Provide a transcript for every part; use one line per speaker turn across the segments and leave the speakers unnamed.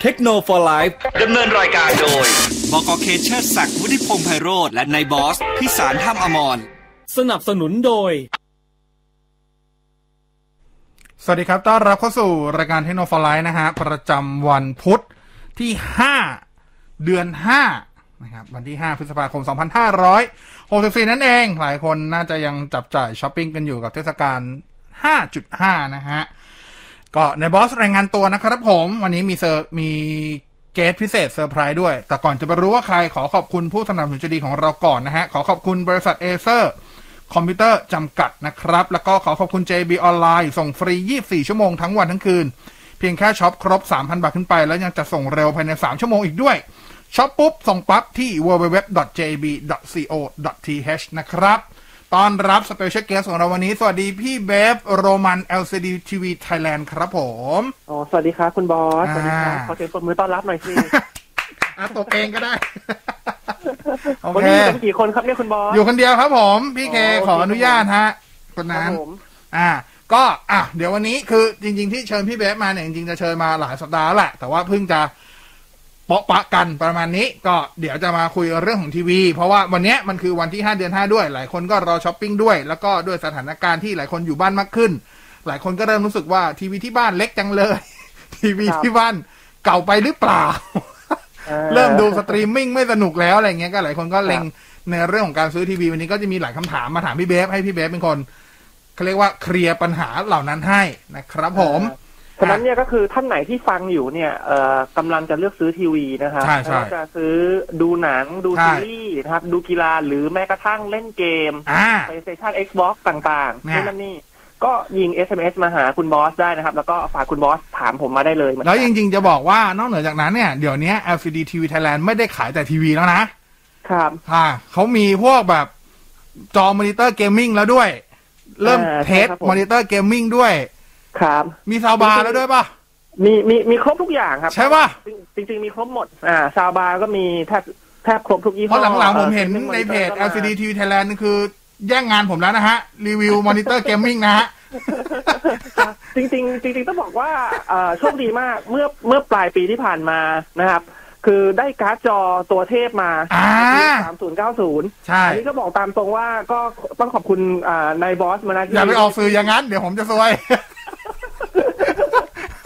เทคโนโลยี
ดำเนินรายการโดย
บกเคเชอร์ศักดิ์วุฒิพงษ์ไพโรธและนายบอส พิสารท่ามอมร
สนับสนุนโดย
สวัสดีครับ ต้อนรับเข้าสู่รายการเทคโนโลยีนะฮะ ประจำวันพุธที่ 5 เดือน 5 นะครับ วันที่ 5 พฤษภาคม 2564 นั่นเอง หลายคนน่าจะยังจับจ่ายช้อปปิ้งกันอยู่กับเทศกาล 5.5 นะฮะ ก็ในบอสรายงานตัวนะครับผม วันนี้มีเซอร์มีเกสพิเศษเซอร์ไพรส์ด้วย แต่ก่อนจะไปรู้ว่าใครขอขอบคุณผู้สนับสนุนใจดีของเราก่อนนะฮะ ขอขอบคุณบริษัทเอเซอร์ คอมพิวเตอร์จำกัดนะครับ แล้วก็ขอขอบคุณ JB ออนไลน์ส่งฟรี 24 ชั่วโมงทั้งวันทั้งคืน เพียงแค่ช็อปครบ 3,000 บาทขึ้นไป แล้วยังจะส่งเร็วภายใน 3 ชั่วโมงอีกด้วยช็อปปุ๊บ ส่งปั๊บที่ www.jb.co.th นะครับตอนรับสเปเชียลเกสของเราวันนี้ สวัสดีพี่เบฟโรมัน LCD TV Thailand ครับผม
อ๋อ สวัสดีครับคุณบอส
อ่า
สวัสดีครับขอเสียงปรบมือต้อนรับหน่อยสิ
อ่ะตบเองก็ได้ โอ
วัน
เค
นี้อยู่กันกี่คนครับเนี่ยคุณบอส
อยู่คนเดียวครับผม พี่เค
อ๋อโอเค
ขออนุญาตฮะคน
ครั
นั้
บ
น
ผม
อ่า ก็อ่ะเดี๋ยววันนี้คือจริง ๆ ที่เชิญพี่เบฟมาเนี่ยจริงๆจะเชิญมาหลายสัปดาห์แล้วแหละแต่ว่าเพิ่งจะเปาะปะกันประมาณนี้ ก็เดี๋ยวจะมาคุยเรื่องของทีวี เพราะว่าวันเนี้ยมันคือวันที่ 5 เดือน 5 ด้วย หลายคนก็รอช้อปปิ้งด้วย แล้วก็ด้วยสถานการณ์ที่หลายคนอยู่บ้านมากขึ้น หลายคนก็เริ่มรู้สึกว่าทีวีที่บ้านเล็กจังเลย ทีวีที่บ้านเก่าไปหรือเปล่า
อ่า
เริ่มดูสตรีมมิ่งไม่สนุกแล้วอะไรเงี้ยก็หลายคนก็เล็งในเรื่องของการซื้อทีวีวันนี้ก็จะมีหลายคำถามมาถามพี่เบฟให้พี่เบฟเป็นคนเขาเรียกว่าเคลียร์ปัญหาเหล่านั้นให้นะครับผม
ฉะนั้นเนี่ยก็คือท่านไหนที่ฟังอยู่เนี่ยเอ่อกำลังจะเลือกซื้อทีวีนะครับ
ใช่ใช่
ไม่ว่าจะซื้อดูหนังดู
ใช่
ซีรีส์นะครับ ดูกีฬาหรือแม้กระทั่งเล่นเกม
อ่า
PlayStation Xbox ต่างๆ
เนี่ย
นี่นนั่นนี่ ก็ยิง SMS มาหาคุณบอสได้นะครับ แล้วก็ฝากคุณบอสถามผมมาได้เลยเหมือน
แล้
กั
วน จริง ๆ จะบอกว่านอกเหนือจากนั้นเนี่ยเดี๋ยวนี้ LCD TV Thailand ไม่ได้ขายแต่ทีวีแล้วนะครับ ค่ะเขามีพวกแบบจอมอนิเตอร์เกมมิ่งแล้วด้วย เริ่ม
อ่า
เทส
ใช่ครับผม
มอนิเตอร์เกมมิ่งด้วย
ครับ
มีซาวบาร์แล้วด้วยป่ะ
มีมีมีครบทุกอย่างครับ
ใช่ป่ะ
จริงๆ มีครบหมด อ่า ซาวบาร์ก็มีแทบแทบครบทุกยี่
เพ
ห้อ
ราะหลังๆ ผมเห็น
อ่อ
ในเพจ
ก็มา
LCD TV Thailand นี่คือแย่งงานผมแล้วนะฮะ รี วิวมอนิเตอร์เกมมิ่งนะฮะ
จริงๆ จริง ๆ ต้องบอกว่าเอ่อโชคดีมากเมื่อเมื่อปลายปีที่ผ่านมานะครับ คือได้การ์ดจอตัวเทพมา
อ่า
สามศูนย์เก้าศูนย์
ใช่
อันนี้ก็บอกตามตรงว่าก็ต้องขอบคุณอ่านายบอสมานะที่
อย่าไปออกสื่ออย่างนั้น เดี๋ยวผมจะซวย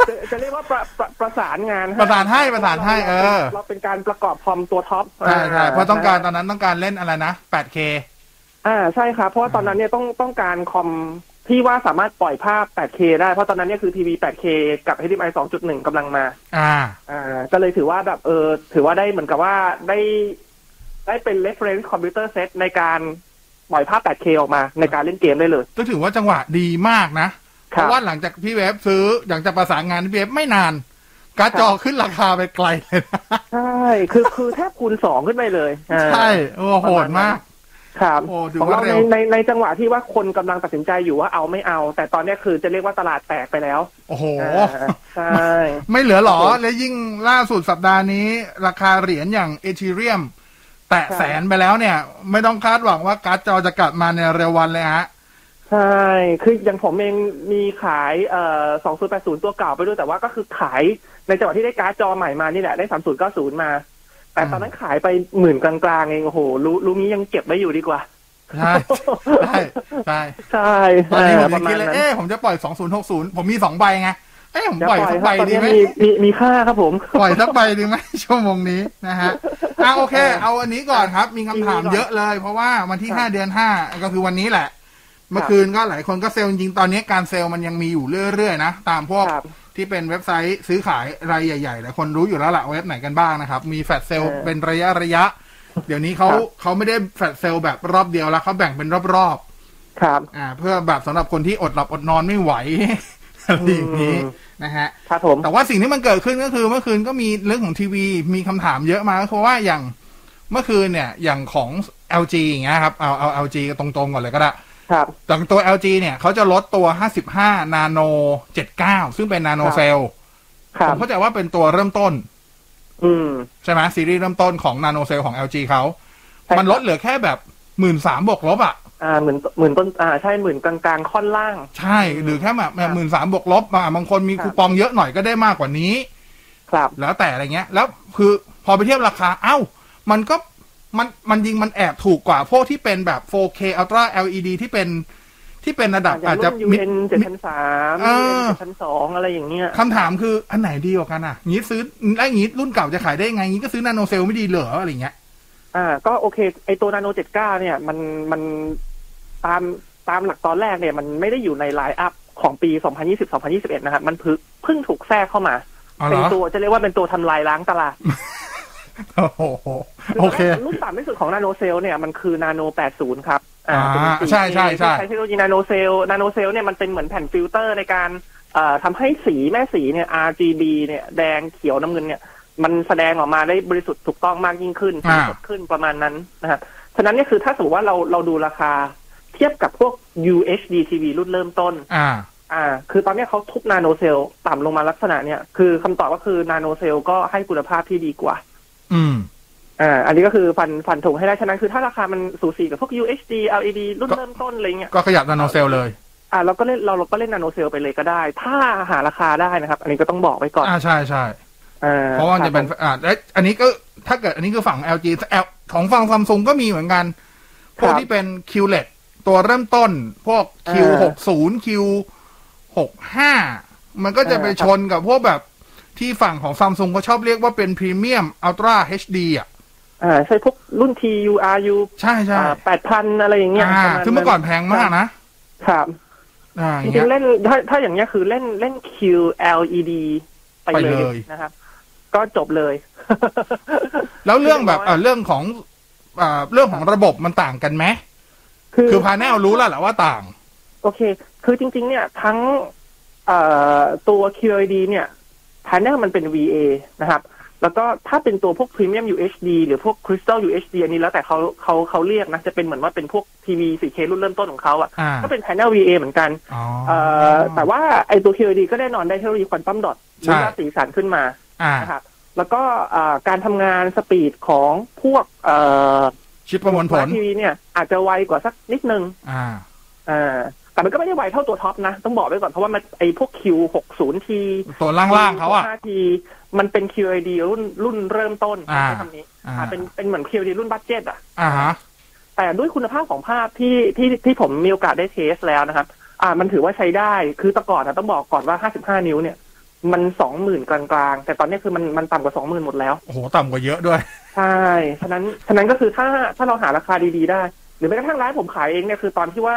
จะจะเรียกว่าประประประสานงาน
ประสานให้ประสานให้เออ
เราเป็นการประกอบคอมตัวท็อป
ใช่ใช่เพราะต้องการตอนนั้นต้องการเล่นอะไรนะ 8K
อ่าใช่ครับเพราะว่าตอนนั้นเนี่ยต้องต้องการคอมที่ว่าสามารถปล่อยภาพ 8K ได้ เพราะตอนนั้นเนี่ยคือทีวี 8K กับ HDMI 2.1กำลังมา
อ่า
อ่า ก็เลยถือว่าแบบเออ ถือว่าได้เหมือนกับว่าได้ ได้เป็น reference computer set ในการปล่อยภาพ 8K ออกมาในการเล่นเกมได้เลย
ก็ถือว่าจังหวะดีมากนะ
ค
เพ
รับ
ราะว่าหลังจากพี่เวฟซื้อหลังจากประสานงานพี่เวฟไม่นาน การ์ดจอขึ้นราคาไปไกลเลยนะ
ใช่ คือคือแทบคูณสองขึ้นไปเลยอ่า
ใช่ โอ้โหดมาก
ครับ
โอ้ถือ
ของ
ว่า
เรา
เร็
ใน
ว
ในในจังหวะที่ว่าคนกำลังตัดสินใจอยู่ว่าเอาไม่เอา แต่ตอนเนี้ยคือจะเรียกว่าตลาดแตกไปแล้ว
โอ้โห
าใช่
ไม่เหลือหรอ
ครับผม
และยิ่งล่าสุดสัปดาห์นี้ ราคาเหรียญอย่างเอทีเรียม แตะ
ครับ
แสนไปแล้วเนี่ย ไม่ต้องคาดหวังว่าการ์ดจอจะกลับมาในเร็ววันเลยฮะ
ใช่ คืออย่างผมเองมีขายเอ่อ2080 ตัวเก่าไปด้วย แต่ว่าก็คือขายในจังหวะที่ได้การ์ดจอใหม่มานี่แหละ ได้ 3090 มา แต่ตอนนั้นขายไปหมื่นกลางๆเอง โอ้โห รู้รู้งี้ยังเก็บไว้อยู่ดีกว่า
ใช่ ใช่ใช่
ใช่
ตอนนี้ผมยัง
ประมา
คิด
ณ
เลย
นั้น
เอ๊ะผมจะปล่อย 2060 ผมมีสองใบไง เอ๊ะผม
จะ
ปล่อย
ปล่อย
สักใบ
ครับตอน
ดี
นี้
ไหม
มีมีมีค่าครับผม
ปล่อยสักใบดีไหม ชั่วโมงนี้นะฮะอ่ะโอเค เอาอันนี้ก่อนครับ มีคำถาม
มีก่อน
เยอะเลย เพราะว่าวันที่
ครับ
ห้าเดือนห้าก็คือวันนี้แหละ เมื่อคืนก็หลายคนก็เซลล์จริงๆตอนนี้การเซลล์มันยังมีอยู่เรื่อยๆนะตามพวก
ครับ
ที่เป็นเว็บไซต์ซื้อขายรายใหญ่ๆหลายคนรู้อยู่แล้วละเว็บไหนกันบ้างนะครับ มีแฟลชเซล
เออ
เป็นระยะระยะ เดี๋ยวนี้เขา
ครับ
เขาไม่ได้แฟลชเซลแบบรอบเดียวแล้วเขาแบ่งเป็นรอบ
ครับ
ๆอ่า เพื่อแบบสำหรับคนที่อดหลับอดนอนไม่ไหว อะไรอย่างนี้
อืม
นะฮะ
ครับผม
แต่ว่าสิ่งที่มันเกิดขึ้นก็คือเมื่อคืนก็มีเรื่องของทีวี มีคำถามเยอะมาก็คือว่าอย่างเมื่อคืนเนี่ยอย่างของ LG อย่างเงี้ยครับเอาเอา LG ตรงๆก่อนเลยก็ได้
ครับ
ต่างตัว LG เนี่ยเขาจะลดตัว 55 นาโน 79 ซึ่งเป็นนาโน
ครับ
เซล
ค
ผ
รับ
มเข้าใจว่าเป็นตัวเริ่มต้น
อืม
ใช่ไหมซีรีส์เริ่มต้นของนาโนเซลของ LG เขา
ใช่ครับ
มันลดเหลือแค่แบบหมื่นสามบวกลบอ่ะ
อ่าหมื่นหมื่นต้น อ่า ใช่ หมื่นกลางๆ ค่อนล่าง
ใช่ หรือแค่แบบหมื่นสามบวกลบอ่ะบางคนมี
ครับ
คูปองเยอะหน่อยก็ได้มากกว่านี้
ครับ
แล้วแต่อะไรเงี้ย แล้วคือพอไปเทียบราคา เอ้า มันก็มันมันยิงมันแอบถูกกว่าพวกที่เป็นแบบ 4K Ultra LED ที่เป็นที่เป็นระดับ
อย่า
อาจ
ง
จะ
รุ่น
มิด
UN เจ็ดพันสาม
อ่า
เจ็ดพันสองอะไรอย่างเงี้ย
คำถามคืออันไหนดีกว่ากันอ่ะงี้ซื้อแล้วงี้รุ่นเก่าจะขายได้ยังไงงี้ก็ซื้อนาโนเซลไม่ดีเหรออะไรเงี้ย
อ่า ก็โอเค ไอตัวนาโนเจ็ดเก้าเนี่ยมันมันตามตามหลักตอนแรกเนี่ยมันไม่ได้อยู่ในไลน์อัพของปี 2020-2021 นะครับมันเพิ่งเพิ่งถูกแทรกเข้ามา
เอาเหร
เป็น
อ
ตัวจะเรียกว่าเป็นตัวทำลายล้างตลาด
โอ้โหโอเค
รุ่นต่ำที่สุดของนาโนเซลเนี่ยมันคือนาโน 80 ครับเป็น
อ่า
สี
ใช่ใช่ใช่
ที่เทคโนโลยีนาโนเซลนาโนเซลเนี่ยมันเป็นเหมือนแผ่นฟิลเตอร์ในการเอ่อทำให้สีแม่สีเนี่ย RGB เนี่ยแดงเขียวน้ำเงินเนี่ย มันแสดงออกมาได้บริสุทธิ์ถูกต้องมากยิ่งขึ้นสีสดขึ้นประมาณนั้นนะครับฉะนั้นเนี่ยคือถ้าสมมติว่าเราเราดูราคาเทียบกับพวก UHD TV รุ่นเริ่มต้น
อ่า
อ่า คือตอนเนี้ยเขาทุบนาโนเซลต่ำลงมาลักษณะเนี่ย คือคำตอบก็คือนาโนเซลก็ให้คุณภาพที่ดีกว่า
อืม
อ่า อันนี้ก็คือฟันฟันธงให้ได้ ฉะนั้นคือถ้าราคามันสูสีกับพวก UHD LED รุ่น
ก็
เริ่มต้นอะไรเงี้ย
ก็ขยับนาโนเซลเลย
อ่า เราก็เล่นเราเราก็เล่นนาโนเซลไปเลยก็ได้ ถ้าหาราคาได้นะครับ อันนี้ก็ต้องบอกไว้ก่อน
อ่าใช่ใช่
อ่
เพราะว่ามันจะเป็นอ่าและอันนี้ก็ถ้าเกิดอันนี้คือฝั่ง LG L ของฝั่งซัมซุงก็มีเหมือนกัน พวกที่เป็น QLED ตัวเริ่มต้น พวก Q60 Q65 มันก็จะไปชนกับพวกแบบที่ฝั่งของซัมซุงเขาชอบเรียกว่าเป็นพรีเมียมอัลตร้า HD อ่ะ
อ่า ใช่พวกรุ่น TU RU
ใช่ใช่
อ่าแปดพันอะไรอย่างเงี้ย
อ่า
ประาณ
ซึ่งเมื่อก่อนแพงมากนะครับ อ่าอ
จ
ย่าง
ริ
เงี้
ง
ย
ๆเล่นถ้าถ้าอย่างเงี้ยคือเล่นเล่น QLED ไป
ไป
เล
เลย ย
นะครับ ก็จบเลย
แล้วเรื่องแบบอ่าเรื่องของอ่าเรื่องของระบบมันต่างกันไหมคือพาแนลรู้แล้วแหละว่าต่าง
โอเค คือจริง ๆ เนี่ยทั้งเอ่อตัว QLED เนี่ยพา n เนลมันเป็น VA นะครับ แล้วก็ถ้าเป็นตัวพวก Premium UHD หรือพวก Crystal UHD อันนี้แล้วแต่เขาเขาเขาเรียกนะ จะเป็นเหมือนว่าเป็นพวกทีวี 4K รุ่นเริ่มต้นของเขาอะ
อ่า
่ะ ก็เป็นพา n เนล VA เหมือนกัน
อ๋อ
เอ่อแต่ว่าไอตัว QLED ก็แน่นอนได้เทคโนโลยีควอนตัมดอทห
ใช่
รือว่าสีสันขึ้นมา
อ่า
นะครับแล้วก็เอ่อการทำงานสปีดของพวกเอ่อ
ชิปประมวลผล
ทีวีเนี่ย อาจจะไวกว่าสักนิดนึง
อ่า
เอ่อแต่มันก็ไม่ได้ไวเท่าตัวท็อปนะ ต้องบอกไว้ก่อนเพราะว่ามันไอพวก Q60T
ตัวล่างๆเขาอ่ะ
5T มันเป็น QID รุ่นรุ่นเริ่มต้น
อ่า
ใช้คำนี้
อ่า
อ่าเป็นเป็นเหมือน QID รุ่นบัตเจ็ตอ่ะ
อ่าฮะ
แต่ด้วยคุณภาพของภาพที่ที่ที่ผมมีโอกาสได้เทสแล้วนะครับ อ่า มันถือว่าใช้ได้ คือแต่ก่อนนะต้องบอกก่อนว่า 55 นิ้วเนี่ย มันสองหมื่นกลางๆ แต่ตอนนี้คือมันมันต่ำกว่าสองหมื่นหมดแล้ว
โอ้โห ต่ำกว่าเยอะด้วย
ใช่ ฉะนั้น ฉะนั้นก็คือถ้า ถ้าเราหาราคาดีๆ ได้ หรือแม้กระทั่งร้านผมขายเองเนี่ย คือตอนที่ว่า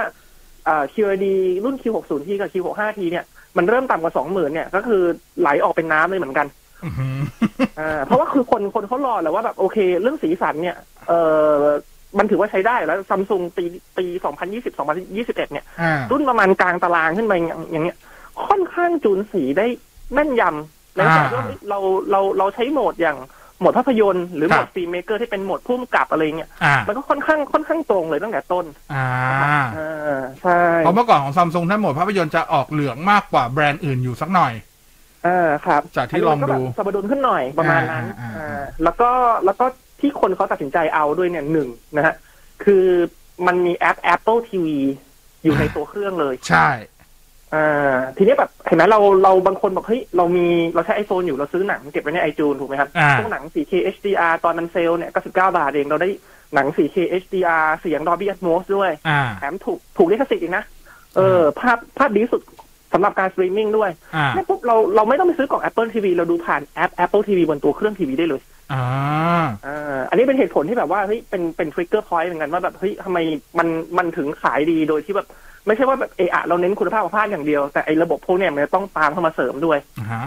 เอ่อ QD รุ่น Q60T กับ Q65T เนี่ย มันเริ่มต่ำกว่าสองหมื่นเนี่ย ก็คือไหลออกเป็นน้ำเลยเหมือนกัน
อื้อหือ
อ่า เพราะว่าคือคนคนเขารอแหล้วว่าแบบโอเค เรื่องสีสันเนี่ย เอ่อ มันถือว่าใช้ได้แล้วซัมซุงปีปี 2020 2021 เนี่ย
อ่า
รุ่นประมาณกลางตารางขึ้นไปอย่างอย่างเงี้ย ค่อนข้างจูนสีได้แม่นยำแล้วแต่ว่า
อ่า
เราเราเราใช้โหมดอย่างโหมดภาพยนตร์หรือโหม
ค
ด
รับ
ฟิล์มเมเกอร์ที่เป็นโหมดพุ่มกับอะไรเงี้ย
อ่า
มันก็ค่อนข้างค่อนข้างตรงเลยตั้งแต่ต้น
อ่า
เออใช่
เพราะเมื่อก่อนของซัมซุงถ้าโหมดภาพยนตร์จะออกเหลืองมากกว่าแบรนด์อื่นอยู่สักหน่อย
เออครับ
จากที่ลองดู
นนี้มันก็แบบสมดุลขึ้นหน่อยประมาณนั้น
อ่าอ่าอ่า
เออแล้วก็แล้วก็ที่คนเขาตัดสินใจเอาด้วยเนี่ยหนึ่งนะฮะคือมันมีแอป Apple TV อยู่ในตัวเครื่องเลย
ใช่
อ่าทีนี้แบบเห็นไหมเราเราบางคนบอกเฮ้ยเรามีเราใช้ iPhone อยู่เราซื้อหนังเก็บไว้ใน iTunes ถูกไหมครับ
อ่า
พวกหนัง 4K HDR ตอนมันเซลล์เนี่ยก็19 บาทเองเราได้หนัง 4K HDR เสียง Dolby Atmos ด้วย
อ่า
แถมถูกถูกลิขสิทธิ์อีกนะ เออ ภาพภาพดีที่สุดสำหรับการสตรีมมิ่งด้วย
อ่า
เนี่ยปุ๊บเราเราไม่ต้องไปซื้อกล่อง Apple TV เราดูผ่านแอป Apple TV บนตัวเครื่องทีวีได้เลย
อ่า
อ่าอันนี้เป็นเหตุผลที่แบบว่าเฮ้ยเป็นเป็นทริกเกอร์พอยต์เหมือนกันว่าแบบเฮ้ยทำไมมันมันถึงขายดีโดยที่แบบ ไม่ใช่ว่าแบบเออเราเน้นคุณภาพของภาพอย่างเดียว แต่ไอ้ระบบพวกเนี่ยมันจะต้องตามเข้ามาเสริมด้วย
นะฮะ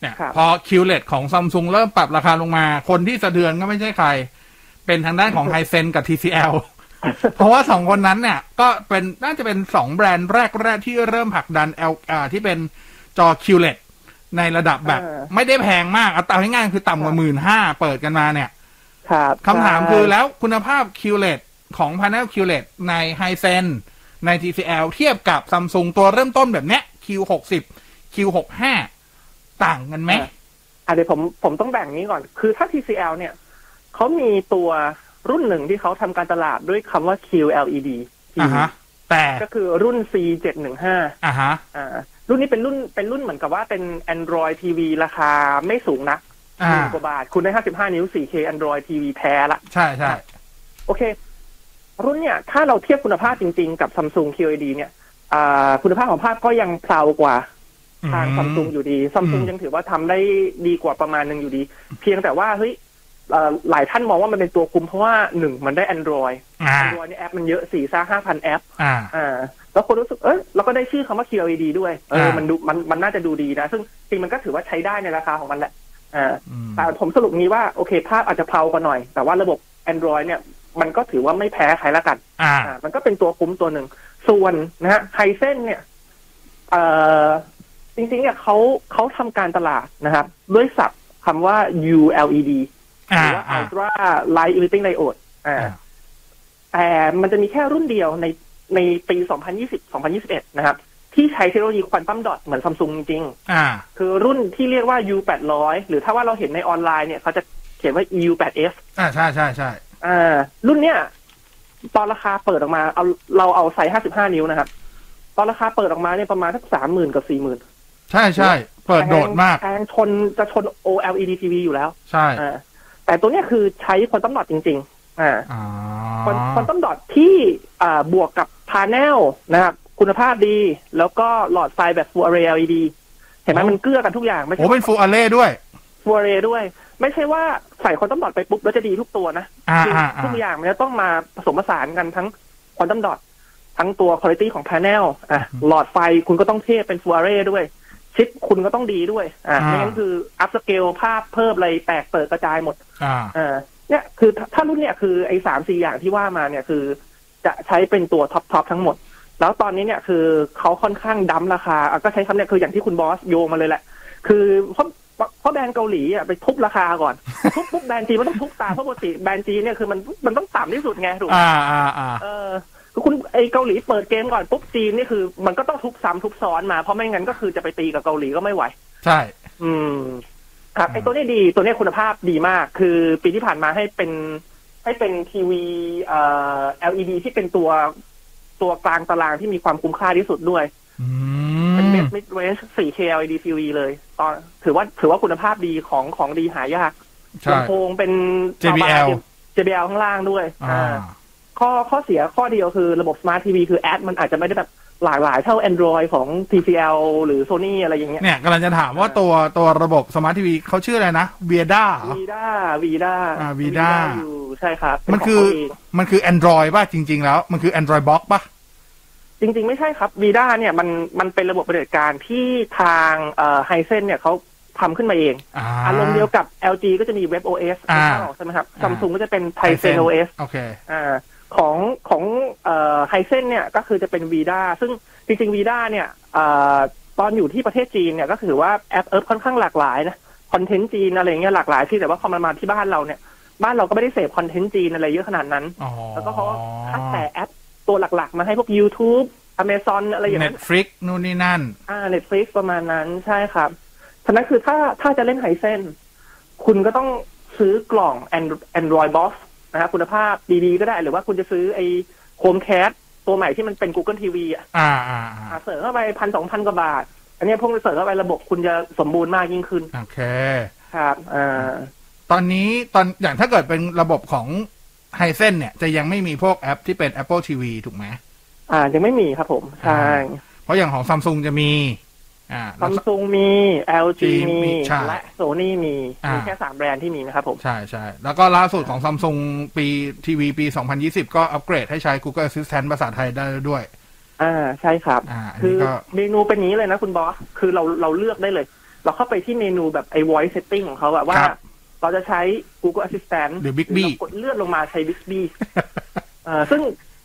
เนี่ย
ครับ
พอ QLED ของซัมซุงเริ่มปรับราคาลงมา คนที่สะเทือนก็ไม่ใช่ใคร เป็นทาง ด้านของ ไฮเซนกับ TCL เพราะว่าสองคนนั้นเนี่ย ก็เป็นน่าจะเป็นสองแบรนด์แรก ๆ ที่เริ่มผลักดัน L อ่าที่เป็นจอ QLED ในระดับแบบ
เออ
ไม่ได้แพงมากเอาตามง่ายๆคือต่ำกว่าหมื่นห้าเปิดกันมาเนี่ย
ครับ
คำถามคือแล้วคุณภาพ QLED ของ Panel QLED ใน Hisense ใน TCL เทียบกับ Samsung ตัวเริ่มต้นแบบเนี้ย Q60 Q65 ต่างกันไหม
อ่ะเดี๋ยวผมผมต้องแบ่งนี้ก่อน คือถ้า TCL เนี่ยเขามีตัวรุ่นหนึ่งที่เขาทำการตลาดด้วยคำว่า QLED
อ่าฮะ แต่
ก็คือรุ่น C715
อ่าฮะ
อ่า รุ่นนี้เป็นรุ่นเป็นรุ่นเหมือนกับว่าเป็น Android TV ราคาไม่สูงนัก ห
อ่า
มื่นกว่าบาท คุณได้ 55 นิ้ว 4K Android TV แท้ละ
ใช่ใช่
โอเค รุ่นเนี่ย ถ้าเราเทียบคุณภาพจริงๆ กับ Samsung QLED เนี่ยอ่าคุณภาพของภาพก็ยังเพลากว่า ทางซัมซุงอยู่ดีซัมซุงยังถือว่าทำได้ดีกว่าประมาณหนึ่งอยู่ดี เพียงแต่ว่าเฮ้ยเอ่อหลายท่านมองว่ามันเป็นตัวคุมเพราะว่าหนึ่งมันได้ Android
อ่า
Android เนี่ยแอปมันเยอะสี่ซ่าห้าพันแอป
อ่า
อ่า แล้วคนรู้สึก เอ้ยเราก็ได้ชื่อคำว่า QLED ด้วย เออ
อ่ามั
มันดูมันมันน่าจะดูดีนะ ซึ่งจริงมันก็ถือว่าใช้ได้ในราคาของมันแหละ อ่า
อืม
แต่ผมสรุปงี้ว่าโอเค ภาพอาจจะเพลากว่าหน่อย แต่ว่าระบบ Android เนี่ย มันก็ถือว่าไม่แพ้ใครละกัน
อ่า
อ่ามันก็เป็นตัวคุ้มตัวหนึ่ง ส่วนนะฮะไฮเซนเนี่ยเอ่อจริงๆเนี่ยเขาเขาทำการตลาดนะครับ ด้วยศัพท์คำว่า ULED ห
อ่า
รืว่า
อ่า
Ultra Light Emitting Diode อ่า
อ่า
แต่มันจะมีแค่รุ่นเดียวในในปี 2020-2021 นะครับ ที่ใช้เทคโนโลยีควอนตัมดอทเหมือนซัมซุงจริง
อ่า
ๆ คือรุ่นที่เรียกว่า U800 หรือถ้าว่าเราเห็นในออนไลน์เนี่ยเขาจะเขียนว่า U8F
อ่าใช่ใช่ใช่
อ่ารุ่นเนี้ยตอนราคาเปิดออกมาเอาเราเอาไซส์ห้าสิบห้านิ้วนะครับ ตอนราคาเปิดออกมาเนี่ยประมาณสักสามหมื่นกับสี่หมื่น
ใช่ใช่เปิดโดดมาก
แพงชนจะชน OLED TV อยู่แล้ว
ใช่
อ่าแต่ตัวเนี้ยคือใช้คอนตัมดอทจริง ๆอ่า
อ๋อ
คอนตัมดอทที่อ่าบวกกับพาแนลนะครับคุณภาพดี แล้วก็หลอดไฟแบบ Full Array LED เห็นไหมมันเกลื้อกันทุกอย่างไม่
โอ้
ใช่
เป็นฟูลอาเล่ด้วย
Full Array ด้วย ไม่ใช่ว่าใส่คอนตัมดอทไปปุ๊บแล้วจะดีทุกตัวนะ
อ่า
คือ
อ่าอ่า
ทุกอย่างมันจะต้องมาผสมผสานกันทั้งควอนตัมดอททั้งตัวคุณภาพของพา n นลอ่ะหลอดไฟคุณก็ต้องเทพเป็นฟู a เร่ด้วย ชิปคุณก็ต้องดีด้วย อ่ะ
อ่า
ไม่งั้นคืออัพสเกลภาพเพิ่มอะไรแตกเปิดกระจายหมด
อ่า
อ่าเนี่ยคือถ้าถ้ารุ่นเนี่ยคือไอ้สามสี่อย่างที่ว่ามาเนี่ยคือจะใช้เป็นตัวท็อปทอปทั้งหมด แล้วตอนนี้เนี่ยคือเขาค่อนข้างดั้มราคาอ่ะก็ใช้คำเนี่ยคืออย่างที่คุณบอสโยงมาเลยแหละ คือเพราะเพราะแบรนด์เกาหลีอ่ะไปทุบราคาก่อน ทุบปุ๊บแบรนด์จีนมันต้องทุบตามเพราะปกติแบรนด์จีนเนี่ยคือมันมันต้องต่ำที่สุดไงถูกไหม
อ่าอ่าอ่า
เออคือคุณไอเกาหลีเปิดเกมก่อนปุ๊บจีนนี่คือ มันก็ต้องทุบซ้ำทุบซ้อนมาเพราะไม่งั้นก็คือจะไปตีกับเกาหลีก็ไม่ไหว
ใช่
อืมครับไอตัวนี้ดีตัวนี้คุณภาพดีมาก คือปีที่ผ่านมาให้เป็นให้เป็นทีวีเอ่อ LED ที่เป็นตัวตัวกลางตารางที่มีความคุ้มค่าที่สุดด้วย
อื
เป็นเม
ม
ดมิดเรนจ์ 4K LED TV เลยตอนถือว่าถือว่าคุณภาพดีของของดีหายาก
ใช่
ลำโพงเป็น
JBL
JBL ข้างล่างด้วย
อ่า
อ่าข้อข้อเสียข้อเดียวคือระบบ Smart TV คือแอดมันอาจจะไม่ได้แบบหลากหลายเท่า Android ของ TCL หรือ Sony อะไรอย่างเงี้ย
เนี่ยกำลังจะถามว่าตัวตัวระบบสมาร์ททีวีเขาชื่ออะไรนะเวียด้า
วีด้าวีด้า
อ่า Vida
อยู่ใช่ครับเป็
มันคือ
ขงเขาเอง
มันคือ Android ป่ะ จริง ๆ แล้ว มันคือ Android Box ป่ะ
จริง ๆ ไม่ใช่ครับวีด้าเนี่ยมันมันเป็นระบบปฏิบัติการที่ทางเอ่อไฮเซนเนี่ยเขาทำขึ้นมาเอง
อ่า
อารมณ์เดียวกับ LG ก็จะมี WebOS
อ่า
ใช่ไหมครับ Samsung ก็จะเป็น Tizen OS
โอเค
อ่าของของไฮเซนเนี่ยก็คือจะเป็น Vida ซึ่งจริงๆ Vida เนี่ยเอ่อตอนอยู่ที่ประเทศจีนเนี่ยก็ถือว่าแอปเอิร์ค่อนข้างหลากหลายนะ คอนเทนต์จีนอะไรเงี้ยหลากหลายที่แต่ว่าพอมันมาที่บ้านเราเนี่ย บ้านเราก็ไม่ได้เสพคอนเทนต์จีนอะไรเยอะขนาดนั้น
อ๋อ
แล้วก็เขาก็คัดแต่แอปตัวหลักๆ มาให้พวก YouTube Amazon อะไรอย่าง
เน็
นั้
ต
น
ฟลิกนู่นนี่นั่น
อ่าเน็ตฟลิกประมาณนั้นใช่ครับฉะนั้นคือถ้าถ้าจะเล่นไฮเซนคุณก็ต้องซื้อกล่อง And- Android Box นะครับคุณภาพดีๆก็ได้ หรือว่าคุณจะซื้อไอ้ Chromecast ตัวใหม่ที่มันเป็น Google TV อ่ะ
อ่าอ่าอ่า
อ่าเสริมเข้าไปพันสองพันกว่าบาท อันเนี้ยพวกเสริมเข้าไประบบคุณจะสมบูรณ์มากยิ่งขึ้น
โอเค
ครับอ่า
ตอนนี้ตอนอย่างถ้าเกิดเป็นระบบของไฮเซนเนี่ย จะยังไม่มีพวกแอปที่เป็น Apple TV ถูกไหม
อ่ายังไม่มีครับผมใช่
เพราะอย่างของซัมซุงจะมี อ่าแล้
ซั
ว
ม
ก็
ซุงมี LG
มี
มี
ใช่
และโซนี่มี มี
อ่า
แค่สามแบรนด์ที่มีนะครับผม
ใช่ใช่แล้วก็ล่าสุดของซัมซุงปีทีวีปี 2020 ก็อัปเกรดให้ใช้ Google Assistant ภาษาไทยได้แล้วด้วย
อ่าใช่ครับ
อ่าอัน
คื
นี้
อ
ก็
เมนูเป็นอย่างนี้เลยนะคุณบอส คือเราเราเลือกได้เลย เราเข้าไปที่เมนูแบบไอ้ voice setting ของเขาอะว่า
ครับ
เราจะใช้ Google Assistant
หรือ Bixby
เากดเลื่อนลงมาใช้ Bixby เอ่อซึ่ง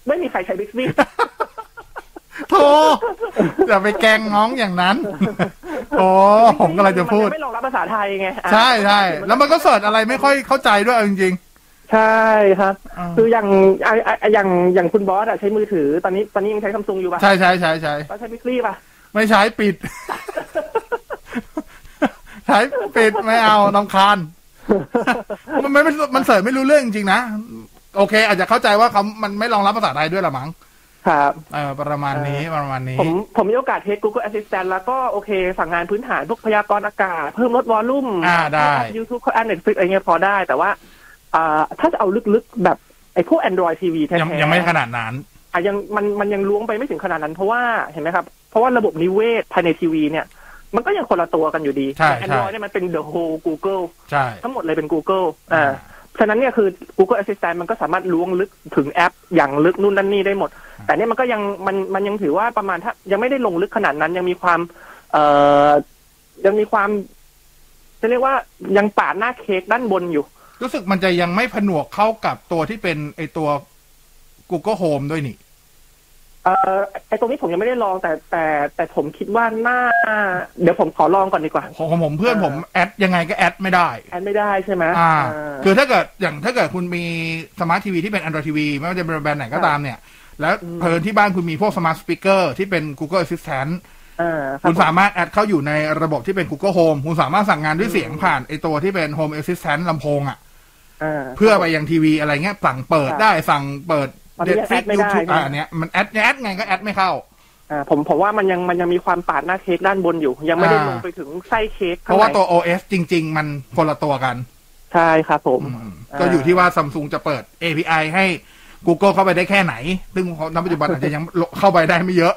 ไม่มีใครใช้ Bixby
โธ่อย่าไปแกล้งน้องอย่างนั้น โอ้ผมกำลังจะ พูด
มันไม่รองรับภาษาไทยไงอ่ะ
ใช่ใช่แล้วมันก็เสิร์ชอะไรไม่ค่อยเข้าใจด้วยเอาจริง
ใช่ครับ
ๆอ่า
คืออย่างไอ้ไอ้ไอ้อย่างอย่างคุณบอสอะใช้มือถือ ตอนนี้ตอนนี้ยังใช้ซัมซุงอยู่ป่ะ
ใช่ใช่ใช่ใช่
เราใช้ Bixby ป่ะ
ไม่ใช้ปิด ใช้ปิดไม่เอาลำคาญ มันไม่มันเสิร์ชไม่รู้เรื่องจริงๆนะ โอเค อาจจะเข้าใจว่าเขามันไม่รองรับภาษาไทยด้วยละมั้ง
ครับ
เออประมาณนี้ประมาณนี้
ผมผมมีโอกาสเทส Google Assistant แล้วก็โอเค สั่งงานพื้นฐานพวกพยากรณ์อากาศ เพิ่มลดวอลลุ่ม
อ่าได้
ยูทูบแอนเน็ตฟิกอะไรเงี้ยพอได้ แต่ว่าอ่าถ้าจะเอาลึกๆ แบบไอ้พวก Android TV แท้ๆ
ยังยังไม่ขนาดนั้น
อ่ะยังมันมันยังล้วงไปไม่ถึงขนาดนั้นเพราะว่าเห็นไหมครับ เพราะว่าระบบนิเวศภายในทีวีเนี่ย มันก็ยังคนละตัวกันอยู่ดี
ใช่ใช่
Android เนี่ยมันเป็น the whole Google
ใช่
ทั้งหมดเลยเป็น Google อ่า ฉะนั้นเนี่ยคือ Google Assistant มันก็สามารถล้วงลึกถึงแอป อย่างลึกนู่นนั่นนี่ได้หมด แต่เนี่ยมันก็ยังมันมันยังถือว่าประมาณถ้ายังไม่ได้ลงลึกขนาดนั้นยังมีความ เอ่อยังมีความจะเรียกว่ายังปาดหน้าเค้กด้านบนอยู่
รู้สึกมันจะยังไม่ผนวกเข้ากับตัวที่เป็นไอตัว Google Home ด้วยนี่
เอ่อไอตรงนี้ผมยังไม่ได้ลองแต่แต่แต่ผมคิดว่าน่า เดี๋ยวผมขอลองก่อนดีกว่า
ของของผมเพื่อน
เออ
ผมแอดยังไงก็แอดไม่ได้
แอนไม่ได้ใช่ไหม
อ่า
เ
คือถ้าเกิดอย่างถ้าเกิดคุณมีสมาร์ททีวีที่เป็น Android TV ไม่ว่าจะเป็นแบรนด์ไหนก็ตามเนี่ย แล้วเพลินที่บ้านคุณมีพวกสมาร์ทสปีกเกอร์ที่เป็น Google Assistant
เออรับ
คุณสามารถแอดเข้าอยู่ในระบบที่เป็น Google Home คุณสามารถสั่งงานด้วยเสียงผ่านไอตัวที่เป็น Home Assistant ลำโพงอ่ะ
เออ
เพื่อไปยังทีวีอะไรเงี้ยสั่งเปิด
ครับ
ได้สั่งเปิด
ตอนนี้
เด็ด
ยั
ฟิยู
งแอก ดไม่ได้
ทูบ
ใช่ไหม
อ่าเนี้ยมันแอดแอดไงก็แอดไม่เข้า
อ่าผมผมว่ามันยังมันยังมีความปาดหน้าเค้กด้านบนอยู่ ยังไม่ได้ลงไปถึงไส้เค้ก
เพ
ข้ง
ราะ
ใน
ว่าตัว OS จริง ๆ มันคนละตัวกัน
ใช่ครับผม
อืมก็อยู่ที่ว่า Samsung จะเปิด API ให้ Google เข้าไปได้แค่ไหน ซึ่งณปัจจุบันอาจจะยัง เข้าไปได้ไม่เยอะ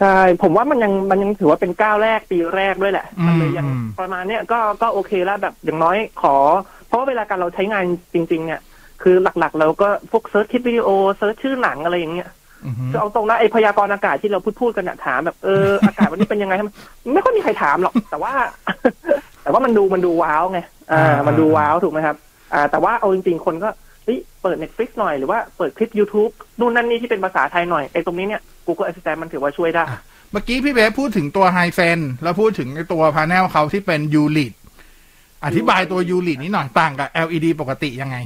ใช่ผมว่ามันยังมันยังถือว่าเป็นก้าวแรกปีแรกด้วยแหละ
อืม
มันเลยยัง
อืม
ประมาณเนี้ยก็ก็โอเคแล้วแบบอย่างน้อยขอ เพราะว่าเวลาการเราใช้งานจริง ๆ เนี่ย คือหลักๆ เราก็พวกเซิร์ชคลิปวิดีโอเซิร์ชชื่อหนังอะไรอย่างเงี้ย
อือหือ
คือเอาตรงนะไอพยากรณ์อากาศที่เราพูดพูดๆกันอะถามแบบเออ อากาศวันนี้เป็นยังไงไม่ค่อยมีใครถามหรอก แต่ว่า แต่ว่ามันดูมันดูว้าวไงอ่ามันดูว้าวถูกไหมครับ อ่า แต่ว่าเอาจริงๆคนก็เฮ้ยเปิด Netflix หน่อยหรือว่าเปิดคลิป YouTube นู่นนั่นนี่ที่เป็นภาษาไทยหน่อยไอ้ตรงนี้เนี่ย Google Assistant มันถือว่าช่วยได้
เมื่อกี้พี่เบฟพูดถึงตัวไฮเซนแล้วพูดถึงไอ้ตัวพาแนลเขาที่เป็นยูลิดอธิบายตัวยูลิดนี้หน่อยต่างกับ LED ปกติยังไง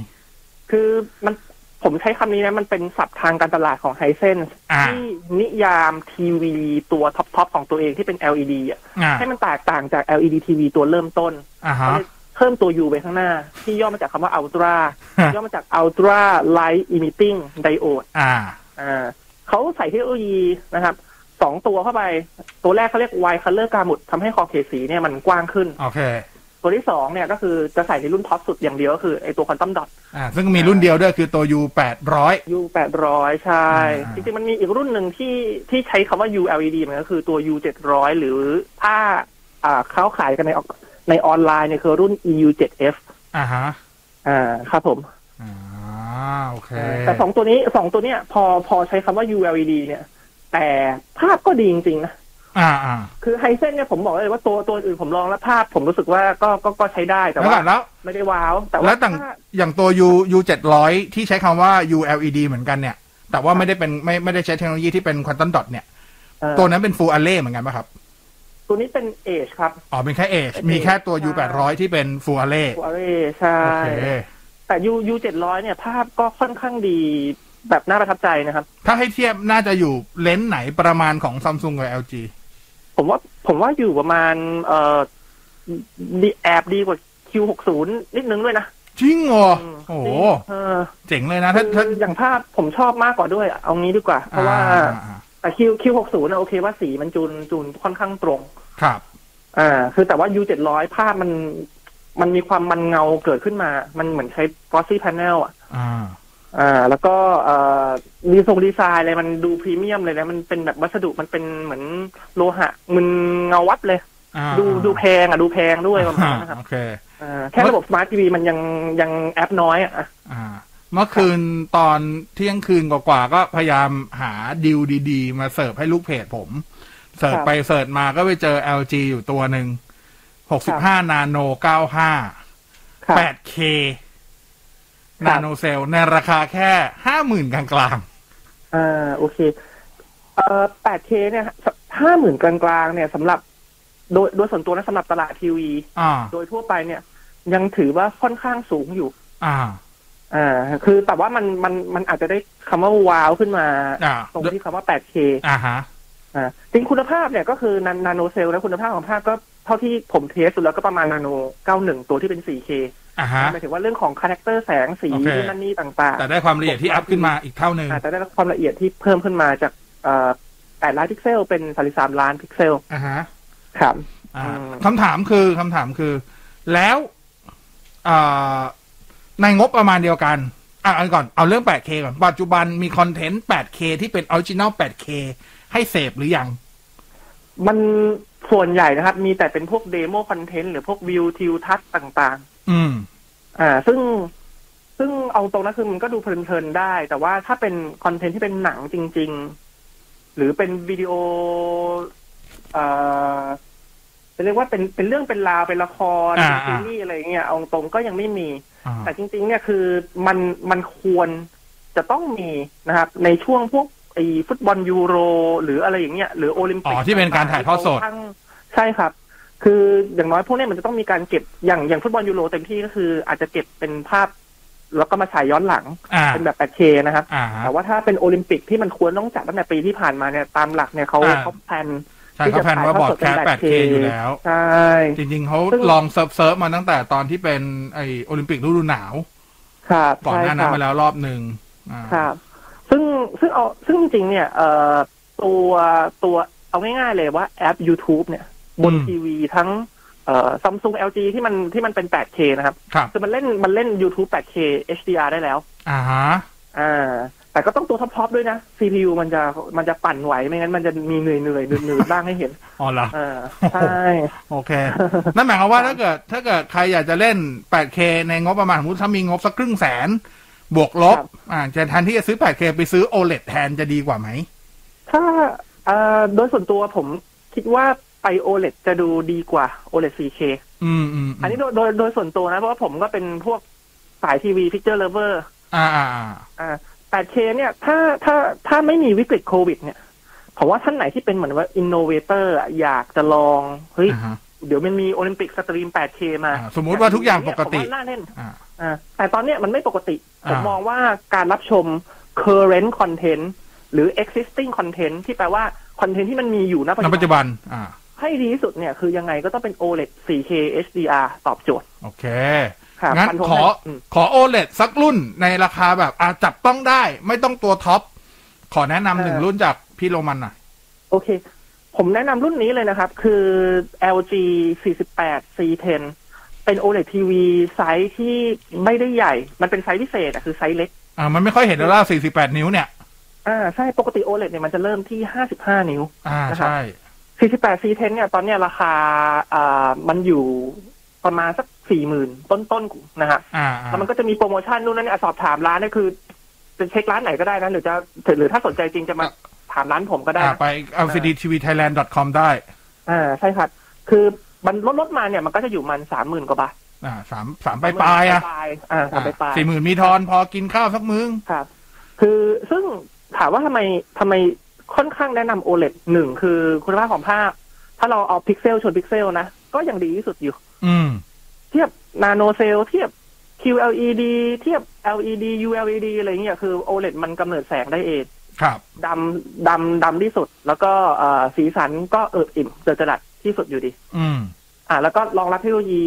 คือมันผมใช้คำนี้นะ มันเป็นศัพท์ทางการตลาดของไฮเซน
อ่า
ที่นิยามทีวีตัวท็อปทอปของตัวเองที่เป็น LED อะ
อ่า
ให้มันแตกต่างจาก LED TV ตัวเริ่มต้น
อ่าฮะ
ก็เลยเพิ่มตัว U ไปข้างหน้า ที่ย่อมาจากคำว่า Ultra
ฮะ
ย่อมาจาก Ultra Light Emitting Diode
อ่า
อ่าเขาใส่เทคโนโลยีนะครับสองตัวเข้าไป ตัวแรกเขาเรียก Wide Color Gamut ทำให้ขอบเขตสีเนี่ยมันกว้างขึ้น
โอเค
ตัวที่สองเนี่ยก็คือจะใส่ในรุ่นท็อปสุดอย่างเดียวก็คือไอตัว Quantum Dot
อ่า ซึ่งมีรุ่นเดียวด้วยคือตัว U แปดร้อย
U แปดร้อยใช่
อ่า
จริงๆ มันมีอีกรุ่นหนึ่งที่ที่ใช้คำว่า U LED มันก็คือตัว U เจ็ดร้อยหรือถ้าอ่าเขาขายกันในออกในออนไลน์เนี่ยคือรุ่น EU 7F
อ่าฮะ
อ่าครับผม
อ่าโอเค
แต่สองตัวนี้สองตัวเนี้ยพอพอใช้คำว่า U LED เนี่ย แต่ภาพก็ดีจริงๆนะ
อ่าอ่า
คือไฮเซนเนี่ยผมบอกเลยว่าตัวตัวอื่นผมลองแล้วภาพ ผมรู้สึกว่าก็ก็ก็ใช้ได้แต่
แล้ว
ว่า
ก่อนแล้ว
ไม่ได้ว้าว
แล้ว
แต่่าว
ต่าง
ถ้า
อย่างตัว U U เจ็ดร้อยที่ใช้คำว่า U LED เหมือนกันเนี่ย แต่ว่าไม่ได้เป็นไม่ไม่ได้ใช้เทคโนโลยีที่เป็นควอนตัมดอทเนี่ย
เออ
ตัวนั้นเป็นฟูลอ r เล่เหมือนกันป่ะครับ
ตัวนี้เป็นเอชครับ
อ๋อ เป็นแค่เอช
เป็น
มีแค่ตัว
ใช่
U แปดร้อยที่เป็นฟูลอ r เล่
ตัวเอใช่
โอเค
แต่ยูยูเจ็ดร้อยเนี่ย ภาพก็ค่อนข้างดีแบบน่าประทับใจนะครับ
ถ้าให้เทียบน่าจะอยู่เลนส์ไหนประมาณของ Samsung กับ LG
ผมว่าผมว่าอยู่ประมาณ เอ่อดีแอบดีกว่า Q60 นิดนึงด้วยนะ
จริงเหรอ
ม
โอ้โห
เออ
เจ๋งเลยนะ ถ้า
คื
ถ้า
ออย่างภาพผมชอบมากกว่าด้วยเอางี้ดีกว่า เพราะว่า
อ่อ่า
แต่ Q Q60 นะโอเคว่าสีมันจูนจูนค่อนข้างตรง
ครับ
อ่า คือแต่ว่า U 7 0 0ภาพมันมันมีความมันเงาเกิดขึ้นมา มันเหมือนใช้ glossy panel อ่ะ
อ่า
อ่า แล้วก็เอ่อดีทรงดีไซน์อะไรมันดูพรีเมียมเลยนะ มันเป็นแบบวัสดุมันเป็นเหมือนโลหะ มันเงาวับเลย
อ่า
ดูดูแพงอ่ะ ดูแพงด้วยประมาณนั้นนะครับ
โอเค
อ่าแค่ระบบ smart TV มันยังยังแอปน้อยอ่ะ
อ่าเมื่อคืนตอนเที่ยงคืนกว่าๆก็พยายามหาดิวดีๆ มาเสิร์ฟให้ลูกเพจผม เสิร์ฟ
ครับ
ไปเสิร์ฟมาก็ไปเจอ LG อยู่ตัวหนึ่งหก
ค
สิ
รั
บห้านาโนเก้าห้า
ครับ
แปดเค
ครับ
นาโนเซลในราคาแค่ห้าหมื่นกลาง
อ่าโอเค เอ่อ 8K เนี่ยห้าหมื่นกลางๆเนี่ยสำหรับโดยโดยส่วนตัวนะสำหรับตลาดทีวี
ๆอ่า
โดยทั่วไปเนี่ยยังถือว่าค่อนข้างสูงอยู่
อ่า
อ่า คือแต่ว่ามันมันมันอาจจะได้คำว่าว้าวขึ้นมา
อ่า
ตรงที่คำว่า 8K
อ่าฮะ
อ่าจริงคุณภาพเนี่ยก็คือนานาโนเซลล์นะคุณภาพของภาพก็เท่าที่ผมเทสดูแล้วก็ประมาณนาโน 91 ตัวที่เป็น 4K
อ่าฮะ
หมายถึงว่าเรื่องของคาแรคเตอร์แสงสี
โอเค
นู่นนั่นนี่ต่างๆ
แต่ได้ความละเอียดที่อัพขึ้นมาอีกเท่าหนึ่ง
อาจจะได้รับความละเอียดที่เพิ่มขึ้นมาจากเอ่อแปดล้านพิกเซลเป็นสามสามล้านพิกเซล
อ่าฮะ
ครับ
อ่า
อืม
คำถามคือคำถามคือ แล้วอ่าในงบประมาณเดียวกัน อ่ะเอาก่อนเอาเรื่อง 8K ก่อน ปัจจุบันมีคอนเทนต์ 8K ที่เป็นออริจิน l ล 8K ให้เสพหรือยัง
มันส่วนใหญ่นะครับ มีแต่เป็นพวกเดโมคอนเทนต์หรือพวกวิวทิวทัศน์ต่าง
อืม
ๆ อ่า ซึ่งซึ่งเอาตรงนะคือมันก็ดูเพลินๆได้ แต่ว่าถ้าเป็นคอนเทนต์ที่เป็นหนังจริง ๆ หรือเป็นวิดีโอเอ่อจะเรียกว่าเป็นเป็นเรื่องเป็นราวเป็นละคร
อ่า
เป็นซีรีส์อะไรเงี้ยเอาตรงก็ยังไม่มี
อ่า
แต่จริง ๆ เนี่ยคือมันมันควรจะต้องมีนะครับ ในช่วงพวกไอ้ฟุตบอลยูโร หรืออะไรอย่างเงี้ยหรือโอลิมปิก
อ๋อที่เป็นการถ่ายทอดสด
ตั้งใช่ครับ คืออย่างน้อยพวกเนี้มันจะต้องมีการเก็บอย่างอย่างฟุตบอลยูโรเต็มที่ก็คือ อาจจะเก็บเป็นภาพ แล้วก็มาฉายย้อนหลัง
อ่า
เป็นแบบ 8K นะครับ
อ่า
แต่ว่าถ้าเป็นโอลิมปิกที่มันควรต้องจัดตั้งแต่ปีที่ผ่านมาเนี่ยตามหลักเนี่ยเขา
อ่า
เขาแพลน
ใช่เขาแพลนว่าบอร์ดแคส 8K อยู่แล้ว
ใช่
จริง ๆเขา
ซึ่ง
ลองเซิร์ฟเซิร์ฟมาตั้งแต่ตอนที่เป็นไอโอลิมปิกฤดูหนาว
ครับ
ก่อนหน้านั้น
ใช่ครับ
มาแล้วรอบหนึ่งอ่า
ครับ ซึ่งซึ่งเอาซึ่งจริงๆเนี่ยเอ่อตัวตัวเอาง่ายๆเลยว่าแอป YouTube เนี่ย บนทีวีทั้งเอ่อซัมซุง LG ที่มันที่มันเป็น 8K นะครับ
ครับ
คือมันเล่นมันเล่น YouTube 8K HDR ได้แล้ว
อ่าฮะ
อ่า แต่ก็ต้องตัวท็อปๆด้วยนะ CPU มันจะมันจะปั่นไหวไม่งั้นมันจะมีเหนื่อยๆนื่อยนืดนืดๆบ้างให้เห็น
อ๋อเหรอ
อ่าใช่
โอเค นั่นหมายความว่าถ้าเกิด ถ้าเกิดใครอยากจะเล่น 8K ในงบประมาณสมมติถ้ามีงบสักครึ่งแสน บวกลบ อ่าจะแทนที่จะซื้อ 8K ไปซื้อ OLED แทนจะดีกว่าไหม
ถ้าเอ่อโดยส่วนตัวผมคิดว่าไป OLED จะดูดีกว่า OLED 4K
อืมอืม
อันนี้โดยโดยโดยส่วนตัวนะ เพราะว่าผมก็เป็นพวกสายทีวีพิกเจอร์เลเวอร์
อ่าอ่าอ่า
อ่า 8K เนี่ยถ้าถ้าถ้าไม่มีวิกฤตโควิด เนี่ยผมว่าท่านไหนที่เป็นเหมือนว่าอินโนเวเตอร์อยากจะลอง เฮ้ย
อ่าฮะ
เดี๋ยวมันมีโอลิมปิกสตรีม 8K มา
อ่าสมมุติว่าทุกอย่างปกติ
ผมว่าน่าเล่น
อ่า
อ่าแต่ตอนเนี้ยมันไม่ปกติ ผม
อ่าม
มองว่าการรับชม current content หรือ existing content ที่แปลว่า คอนเทนต์ที่มันมีอยู่ณปัจ
ณปัจ
จุ
จุ
บัน
บัน อ่า
ให้ดีที่สุดเนี่ยคือยังไงก็ต้องเป็น OLED 4K HDR ตอบโจทย์
โอเค
ครับ
งั้น
ฟัธ
ขอ
ให้ม
ขอ OLED สักรุ่นในราคาแบบอาจับต้องได้ ไม่ต้องตัวท็อป ขอแนะนำหนึ่งรุ่นจากพี่โรมันหน่อย
โอเค ผมแนะนำรุ่นนี้เลยนะครับ คือ LG 48 C10 เป็น OLED TV ไซส์ที่ไม่ได้ใหญ่ มันเป็นไซส์พิเศษอะคือไซส์เล็ก
อ่า มันไม่ค่อยเห็นแล้วล่ะ48 นิ้วเนี่ย
อ่า ใช่ ปกติ OLED เนี่ยมันจะเริ่มที่ 55 นิ้ว
อ่า ใช่
48 C10 เนี่ย ตอนเนี้ยราคา อ่า มันอยู่ประมาณสัก 40,000 ต้นๆ นะฮะ
อ่า
แล้
อ่าว
มันก็จะมีโปรโมชั่นนู่นนั่นนี่อ่ะสอบถามร้านนี่คือ จะเช็คร้านไหนก็ได้นะหรือจะหรือถ้าสนใจจริงจะมาถามร้านผมก็ได้
อ่าไป lcdtvthailand.com ได้
อ่าใช่ครับ คือมันลดลดมาเนี่ยมันก็จะอยู่มันสามหมื่นกว่าบาท
อ่าสามสามปลายปลายๆอ่ะ
ปลายๆอ่าสามปลายปลาย
สี่หมื่นมีทอนพอกินข้าวสักมื้อ
ครับ คือซึ่งถามว่าทำไมทำไมค่อนข้างแนะนำ OLED หนึ่งคือคุณภาพของภาพ ถ้าเราเอาพิกเซลชนพิกเซลนะ ก็ยังดีที่สุดอยู่
อืม
เทียบนาโนเซลเทียบ QLED เทียบ LED ULED อะไรเงี้ยคือ OLED มันกำเนิดแสงได้เอง
ครับ
ดำดำดำที่สุด แล้วก็เอ่อสีสันก็เอิบอิ่มเจอจรัดที่สุดอยู่ดี
อืม
อ่าแล้วก็รองรับเทคโนโลยี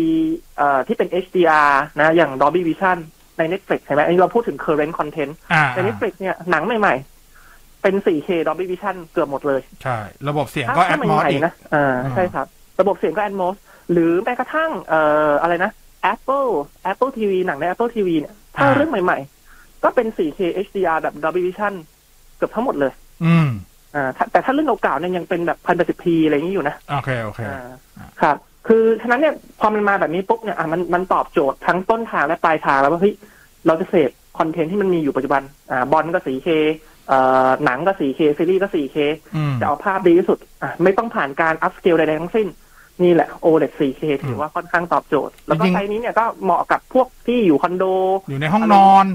เอ่อที่เป็น HDR นะ อย่าง Dolby Vision ใน Netflix ใช่ไหมอันนี้เราพูดถึง current content
อ่า
ใน Netflix เนี่ย หนังใหม่ๆ เป็น 4K Dolby Vision เกือบหมดเลย
ใช่ ระบบเสียงก็แอ
ถ้า
ด
มัน
มอส
ใหม่
อีก
นะอ่า
อ่า
ใช่ครับ ระบบเสียงก็ Atmos หรือแม้กระทั่งเอ่ออะไรนะ Apple Apple TV หนังใน Apple TV เนี่ย ถ้าเรื่องใหม่ๆ ก็เป็น 4K HDR แบบ Dolby Vision เกือบทั้งหมดเลย
อืม
อ่าถ้าแต่ถ้าเรื่องเก่าๆเนี่ยยังเป็นแบบ 1080p อะไรอย่างนี้อยู่นะ
โอเค โอเค
อ่าครับ คือฉะนั้นเนี่ยพอมันมาแบบนี้ปุ๊บเนี่ยอ่ะมันมันตอบโจทย์ทั้งต้นทางและปลายทางแล้วว่าเฮ้ยเราจะเสพคอนเทนต์ที่มันมีอยู่ปัจจุบันอ่าบอลก็ 4K เอ่อหนังก็ 4K ซีรีส์ก็ 4K
อืม
จะเอาภาพดีที่สุดอ่ะไม่ต้องผ่านการอัพสเกลใดๆทั้งสิ้น นี่แหละ OLED 4K ถือว่าค่อนข้างตอบโจทย์ แล้วก็
จริงๆ
ไซส์นี้เนี่ยก็เหมาะกับพวกที่อยู่คอนโด
อยู่ในห้องนอน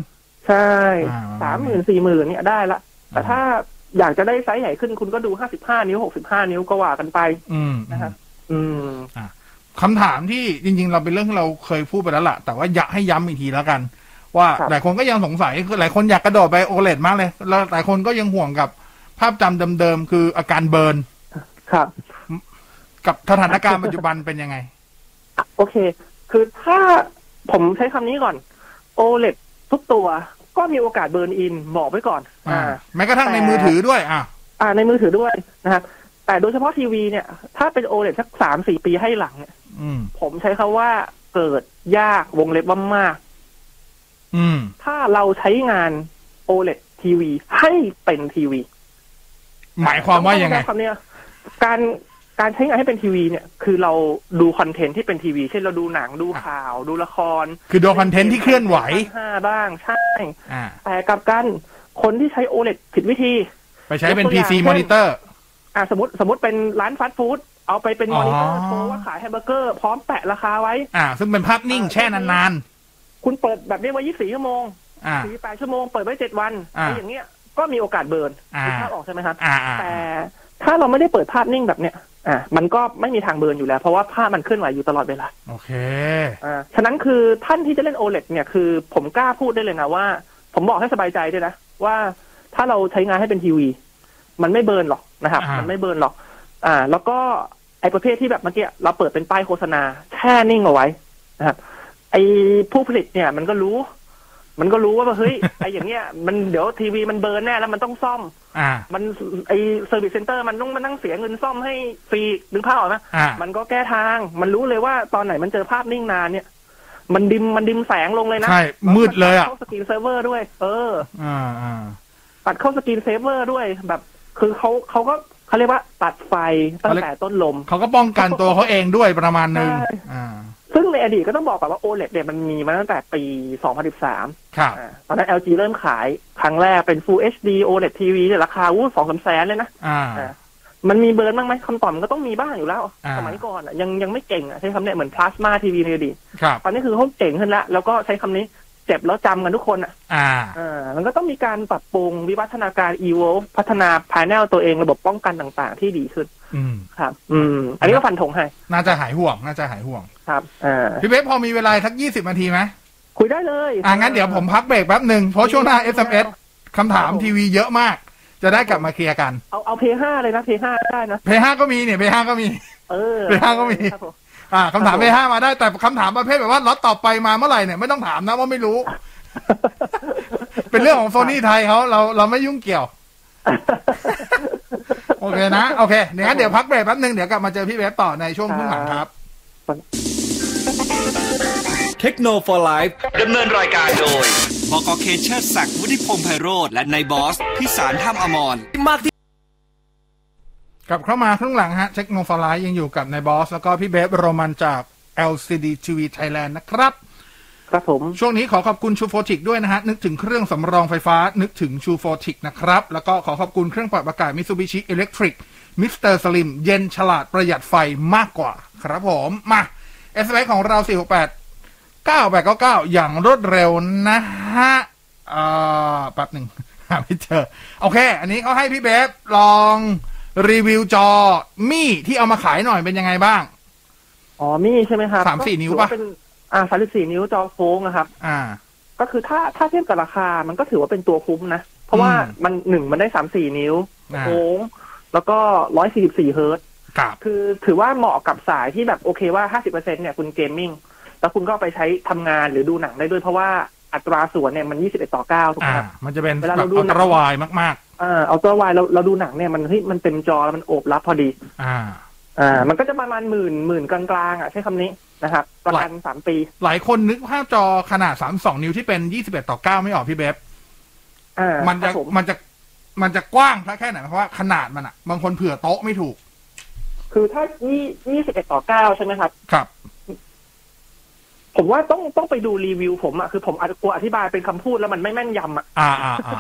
ใช่
อ่า
สามหมื่นสี่หมื่นเนี่ยได้ละ แต่ถ้าอยากจะได้ไซส์ใหญ่ขึ้นคุณก็ดู 55 นิ้ว 65 นิ้วก็ว่ากันไป
อืมอื
นะครั
ม
บ อืม
คำถามที่จริง ๆ เราเป็นเรื่องที่เราเคยพูดไปแล้วล่ะ แต่ว่าอยากให้ย้ำอีกทีแล้วกัน ว่า
ครับ
หลายคนก็ยังสงสัยคือหลายคนอยากกระโดดไปโอเลดมากเลยแล้วหลายคนก็ยังห่วงกับภาพจำเดิมๆคืออาการเบิร์น
ครับ
กับสถานการณ์ปัจจุบันเป็นยังไง
โอเค คือถ้า ผมใช้คำนี้ก่อน โอเลทุกตัวก็มีโอกาสเบิร์นอินบอกไว้ก่อน
อ่าแม้กระทั่งในมือถือด้วยอ่ะ
อ่าในมือถือด้วยนะครับ แต่โดยเฉพาะทีวีเนี่ย ถ้าเป็นโอเลสักสามสี่ปีให้หลังเนี่ย
อืม
ผมใช้คำว่าเกิดยากวงเล็บว่ามาก
อืม
ถ้าเราใช้งานโอเลทีวีให้เป็นทีวี
หมายความว่ายังไง
คำเนี้ยการการใช้งานให้เป็นทีวีเนี่ย คือเราดูคอนเทนต์ที่เป็นทีวี เช่นเราดูหนังดูข่าว ดูละคร
คือดูคอนเทนต์ที่เคลื่อนไหว
ห้าบ้างใช่
อ่า
แต่กลับกันคนที่ใช้โอเลผิดวิธี
ไปใช้เป็น
ยกตัวอย่าง
PC
เช่น
monitor
อ่ะสมมติสมมติเป็นร้านฟาสต์ฟู้ดเอาไปเป็น
อ๋อ
มอนิเตอร์โชว์ว่าขายแฮมเบอร์เกอร์พร้อมแปะราคาไว้
อ่า ซึ่งเป็นภาพนิ่งแช่นาน
คุณเปิดแบบนี้ไว้ 24 ชั่วโมง
ๆ อ่า
48 ชั่วโมง เปิดไว้ 7 วัน
อ่า
ไอ้อย่างเงี้ยก็มีโอกาสเบิร์น
อ่า
คุณภาพออกใช่ไหมครับ
อ่าอ่า
แต่ถ้าเราไม่ได้เปิดภาพนิ่งแบบเนี้ยอ่ะมันก็ไม่มีทางเบิร์นอยู่แล้ว เพราะว่าภาพมันเคลื่อนไหวอยู่ตลอดเวลา
โอเค
อ่าฉะนั้นคือท่านที่จะเล่น OLED เนี่ยคือผมกล้าพูดได้เลยนะว่า ผมบอกให้สบายใจด้วยนะ ว่าถ้าเราใช้งานให้เป็นทีวี มันไม่เบิร์นหรอกนะครับ
อ่ามั
มันไม่เบิร์นหรอก อ่า แล้วก็ไอ้ประเภทที่แบบเมื่อกี้เราเปิดเป็นป้ายโฆษณาแช่นิ่งเอาไว้นะครับไอ้ผู้ผลิตเนี่ยมันก็รู้ มันก็รู้ว่า เฮ้ย ไอ้อย่างเงี้ยมันเดี๋ยวทีวีมันเบิร์นแน่แล้วมันต้องซ่อม
อ่า
มันไอเซอร์วิสเซ็นเตอร์มันต้องมานั่งเสียเงินซ่อมให้ฟรีนึกภาพออกไหม
อ่า
มันก็แก้ทาง มันรู้เลยว่าตอนไหนมันเจอภาพนิ่งนานเนี่ย มันดิมมันดิมแสงลงเลยนะ
ใช่ มืดเลยอ่ะ
เข้าสกรีนเซิร์ฟเวอร์ด้วย เออ
อ่าอ่า
ตัดเข้าสกรีนเซิร์ฟเวอร์ด้วยแบบ คือเขาเขาก็เขาเรียกว่าตัดไฟตั้งแต่ต้นลม
เขาก็ป้องกันตัวเขาเองด้วยประมาณหนึง
ใช่
อ่า
ซึ่งในอดีตก็ต้องบอกก่อนว่า OLED เนี่ยมันมีมาตั้งแต่ปี 2013
ครับ
อ่าตอนนั้น LG เริ่มขายครั้งแรกเป็น Full HD OLED TV เนี่ยราคาวู้สองสามแสนเลยนะ
อ่า
อ่ะมันมีเบิร์นบ้างไหมคำตอบมันก็ต้องมีบ้างอยู่แล้ว
อ่า
สมัยก่อนอ่ะยังยังไม่เก่งอ่ะใช้คำเนี่ยเหมือนพลาสมาทีวีในอดีต
ครับ
ตอนนี้คือเขาเก่งขึ้นแล้ว แล้วก็ใช้คำนี้เจ็บแล้วจำกันทุกคนอ่ะ
อ่า
เออมันก็ต้องมีการปรับปรุงวิวัฒนาการ evolve พัฒนาภายแนลตัวเองระบบป้องกันต่างๆ ที่ดีขึ้น
อืม
ครับ อืม อันนี้ก็ฟันธงให้
น่าจะหายห่วง น่าจะหายห่วง
ครับอ่า
พี่เบ๊พอมีเวลาสักยี่สิบนาทีไหม
คุยได้เลย
อ่างั้นเดี๋ยวผมพักเบรกแป๊บหนึ่งเพราะช่วงหน้า SMS คำถามทีวีเยอะมาก จะได้กลับมาเคลียร์กัน
เอาเอาเพย์ห้าเลยนะเพย์ห้าได้นะ
เพย์ห้าก็มีเนี่ยเพย์ห้าก็มี
เออ
เพย์ห้าก็มี
ครับผ
อ่าคำถาม
ครับผม
เพย์ห้ามาได้แต่คำถามประเภทแบบว่าล็อตต่อไปมาเมื่อไหร่เนี่ยไม่ต้องถามนะว่าไม่ รู้ เป็นเรื่องของโซนี่ไทยเขาเราเราไม่ยุ่งเกี่ยว โอเคนะ โอเคเดี๋ยวงั้นเดี๋ยวพักเบรกแป๊บหนึ่งเดี๋ยวกลับมาเจอพี่เว็บต่อในช่วงครึ่งหลังครับ
เทคโนโลยีไลฟ์
ดำเนินรายการโดยบกเคเชอร์ศักดิ์วุฒิพงษ์ไพโรธและนายบอสพิสารท่ามอมร
มากที่
กลับเข้ามาครึ่งหลังฮะ เช็คโนฟลายยังอยู่กับนายบอส แล้วก็พี่เบฟโรมันจาก LCD TV Thailand นะครับ
ครับผม
ช่วงนี้ขอขอบคุณชูโฟติกด้วยนะฮะ นึกถึงเครื่องสำรองไฟฟ้า นึกถึงชูโฟติกนะครับ แล้วก็ขอขอบคุณเครื่องปรับอากาศมิ s ูบิชิอิเล็กทริกมิสเตอร์สลิมเย็นฉลาดประหยัดไฟมากกว่า ครับผม มา s อ s ของเรา 468 9899 อย่างรวดเร็วนะฮะเอ่อแป๊บหนึ่ง หาไม่เจอ โอเค อันนี้เขาให้พี่เบฟลองรีวิวจอมี่ที่เอามาขายหน่อยเป็นยังไงบ้าง
อ๋อมีใช่ไหมครับ
สามสี่นิ้วปะ
ก็ถือาเป็นอ่าสามสิบสี่นิ้วจอโค้งนะครับ
อ่า
ก็คือถ้าถ้าเทียบกับราคา มันก็ถือว่าเป็นตัวคุ้มนะ เพราะว่า
อืม
มันหนึ่งมันได้สามสี่นิ้ว
อ่า
โค้งแล้วก็ร้อยสี่สิบสี่เฮิร์ตซ์
กับ
คือถือว่าเหมาะกับสายที่แบบโอเคว่าห้าสิบเปอร์เซ็นเนี่ยคุณเกมมิ่งแล้วคุณก็เอาไปใช้ทำงานหรือดูหนังได้ด้วยเพราะว่าอัตราส่วนเนี่ยมันยี่สิบเอ็ดต่อเก้าถูกไหม
อ่า
ครับ
มันจะเป็น
เวลา
แบ
เรา
บ
ดู
อั
หนั
ต
ง
รวายมาก
อ่าเอาตัววายเราเราดูหนังเนี่ยมันเฮ้ยมันเต็มจอแล้วมันโอบรับพอดี
ๆ อ่า
อ่า มันก็จะประมาณหมื่นหมื่นกลางๆอ่ะใช้คำนี้นะครับประกันสามปี
หลายคนนึกภาพจอขนาด 32 นิ้วที่เป็น 21 ต่อ 9 ไม่ออกพี่เบฟ
อ่า
มันจะ
ครับผม
มันจะมันจะกว้างแค่ไหนเพราะว่าขนาดมันอะบางคนเผื่อโต๊ะไม่ถูก
คือถ้ายี่ยี่สิบเอ็ดต่อเก้าใช่ไหมครับ
ครับ
ผมว่าต้องต้องไปดูรีวิวผมอะคือผมอาจจะกลัวอธิบายเป็นคำพูดแล้วมันไม่แม่นยำอะ
อ่าอ่าอ่า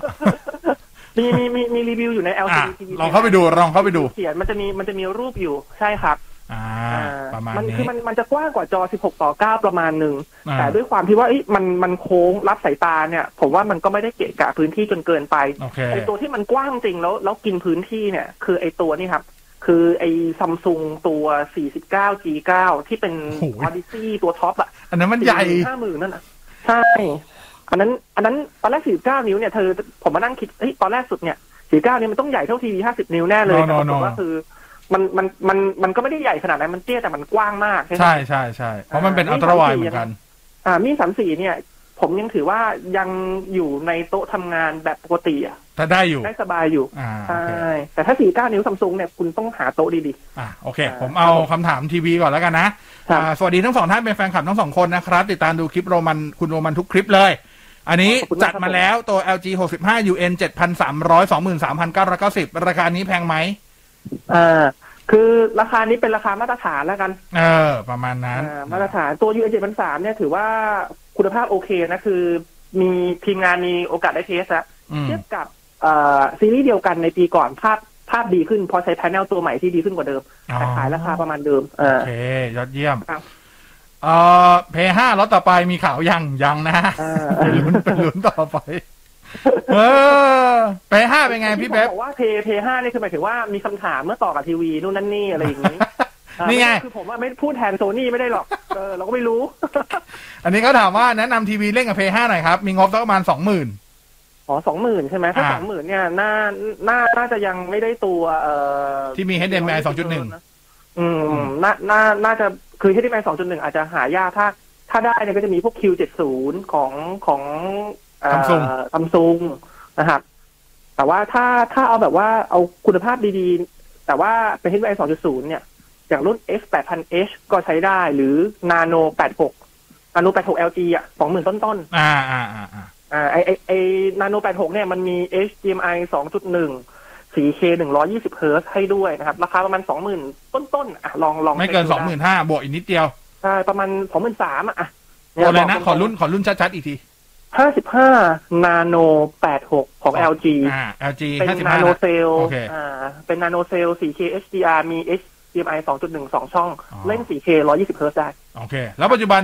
มีมีมีมีรีวิวอยู่ใน
อ่า
LCD TV
ลองเข้าไปดูลองเข้าไปดู
เขียนมันจะมีมันจะมีรูปอยู่ใช่ครับ
อ่า
อ่า
ประมาณ
มัน
นี้
คือมันมันจะกว้างกว่าจอ 16 ต่อ 9 ประมาณหนึ่ง
อ่า
แต่ด้วยความที่ว่าเอ้ยมันมันโค้งรับสายตาเนี่ย ผมว่ามันก็ไม่ได้เกะกะพื้นที่จนเกินไป
โอเค
ไอตัวที่มันกว้างจริงแล้วแล้วกินพื้นที่เนี่ย คือไอตัวนี่ครับ คือไอซัมซุงตัว 49 G9 ที่เป็น
โอ้
อ
โห
อดิซี่ตัวท็อปอะ
อันนั้นมันใหญ่
ห้าหมื่นนั่นนะใช่ อันนั้น อันนั้นตอนแรกสี่เก้านิ้วเนี่ยเธอผมมานั่งคิดเฮ้ยตอนแรกสุดเนี่ยสี่เก้านิ้วมันต้องใหญ่เท่าทีวีห้าสิบนิ้วแน่เลย
No,
แต่
no,
ปรา
no.
กฏว่าคือ มันมันมันมันก็ไม่ได้ใหญ่ขนาดนั้นมันเตี้ยแต่มันกว้างมากใช่ไหม
ใช่ใช่ใช่เพราะมันเป็นอัลตรวายเหมือนกัน
อ่ามีสามสี่เนี่ย ผมยังถือว่ายังอยู่ในโต๊ะทำงานแบบปกติอ่ะ
ถ้าได้อยู่
ได้สบายอยู่
อ่าโอ
ใช่
เค
แต่ถ้าสี่เก้านิ้วซัมซุงเนี่ยคุณต้องหาโต๊ะดี
อ่ะโอเค ผมเอาคำถามทีวีก่อนแล้วกันนะครับอ่าสวัสดีทั้งสองท่านเป็นแฟนคลับทั้งสองคนนะครับ ติดตามดูคลิปโรมันคุณโรมันทุกคลิปเลย อันนี้
ขอบคุณมาก
จัดมาแล้วตัว LG 65 UN 7,300 23,990 ราคานี้แพงไหม
ๆอ่าคือราคานี้เป็นราคามาตรฐานแล้วกัน
เออ ประมาณนั้น
อ่ามาตรฐานตัว u ูเอเจ็ดพันสามเนี่ยถือว่าคุณภาพโอเคนะคือ มีทีมงานมีโอกาสได้เทสแล้ว
อืม
เทียบกับเอ่อซีรีส์เดียวกันในปีก่อนภาพภาพดีขึ้นเพราะใช้แพนเนลตัวใหม่ที่ดีขึ้นกว่าเดิมแต่ขายราคาประมาณเดิมเออ
โอเค ยอดเยี่ยม
ครับ
เอ่อเพย์ห้าล็อตต่อไปมีข่าวยังยังนะ
เออ
เป็นลุ้นเป็นลุ้นต่อไป เออเพย์ห้าเป็นไงพี่เป๊ป
ที่ผมบอกว่าเพย์เพย์ห้านี่คือหมายถึงว่ามีคำถามเมื่อต่อกับทีวีนู่นนั่นนี่อะไรอย่างนี้ เออ
นี่ไง
คือผมว่าไม่พูดแทนโซนี่ไม่ได้หรอกเออเราก็ไม่รู้
อันนี้เขาถามว่าแนะนำทีวีเล่นกับเพย์ห้าหน่อยครับ มีงบสักประมาณสองหมื่น
อ๋อสองหมื่นใช่ไหมถ้า
อ่า
สองหมื่นเนี่ยน่าน่าน่าจะยังไม่ได้ตัวเอ่อ
ที่มี HDMI 2.1
อืมน่าน่าน่าจะคือ HDMI สองจุดหนึ่งอาจจะหายากถ้า ถ้าได้เนี่ยก็จะมีพวก Q70 ของของเอ่อ
Samsung
Samsung นะครับ แต่ว่าถ้าถ้าเอาแบบว่าเอาคุณภาพดีๆ แต่ว่าเป็น HDMI 2.0 เนี่ย อย่างรุ่น X8000H ก็ใช้ได้หรือ Nano 86 Nano 86 LG อ่ะสองหมื่นต้นๆ
อ่าอ่าอ่าอ่า
อ่าไอไอไอนาโน86 เนี่ยมันมี HDMI 2.1 4K 120เฮิร์ตซ์ให้ด้วยนะครับ ราคาประมาณ 20,000 ต้นๆอ่ะลองลอง
ไม่เกิน
ช็
สอ
คดู
งหมื่
ได้
นห้าบวกอีกนิดเดียว
ใช่ประมาณ 23,000อ่ะ
โอนเลยนะ ขอรุ่นขอรุ่นชัดๆอีกที
55นาโน86 ของ LG
อ่า LG
เป็น
ห้าสิบ
นา
ห้า
โนเซล
โอเค
อ่าเป็นนาโนเซล 4K HDR มี HDMI 2.1 2 ช่อง
อ๋อ
เล่น 4K 120เฮิร์ตซ์ได้
โอเค แล้วปัจจุบัน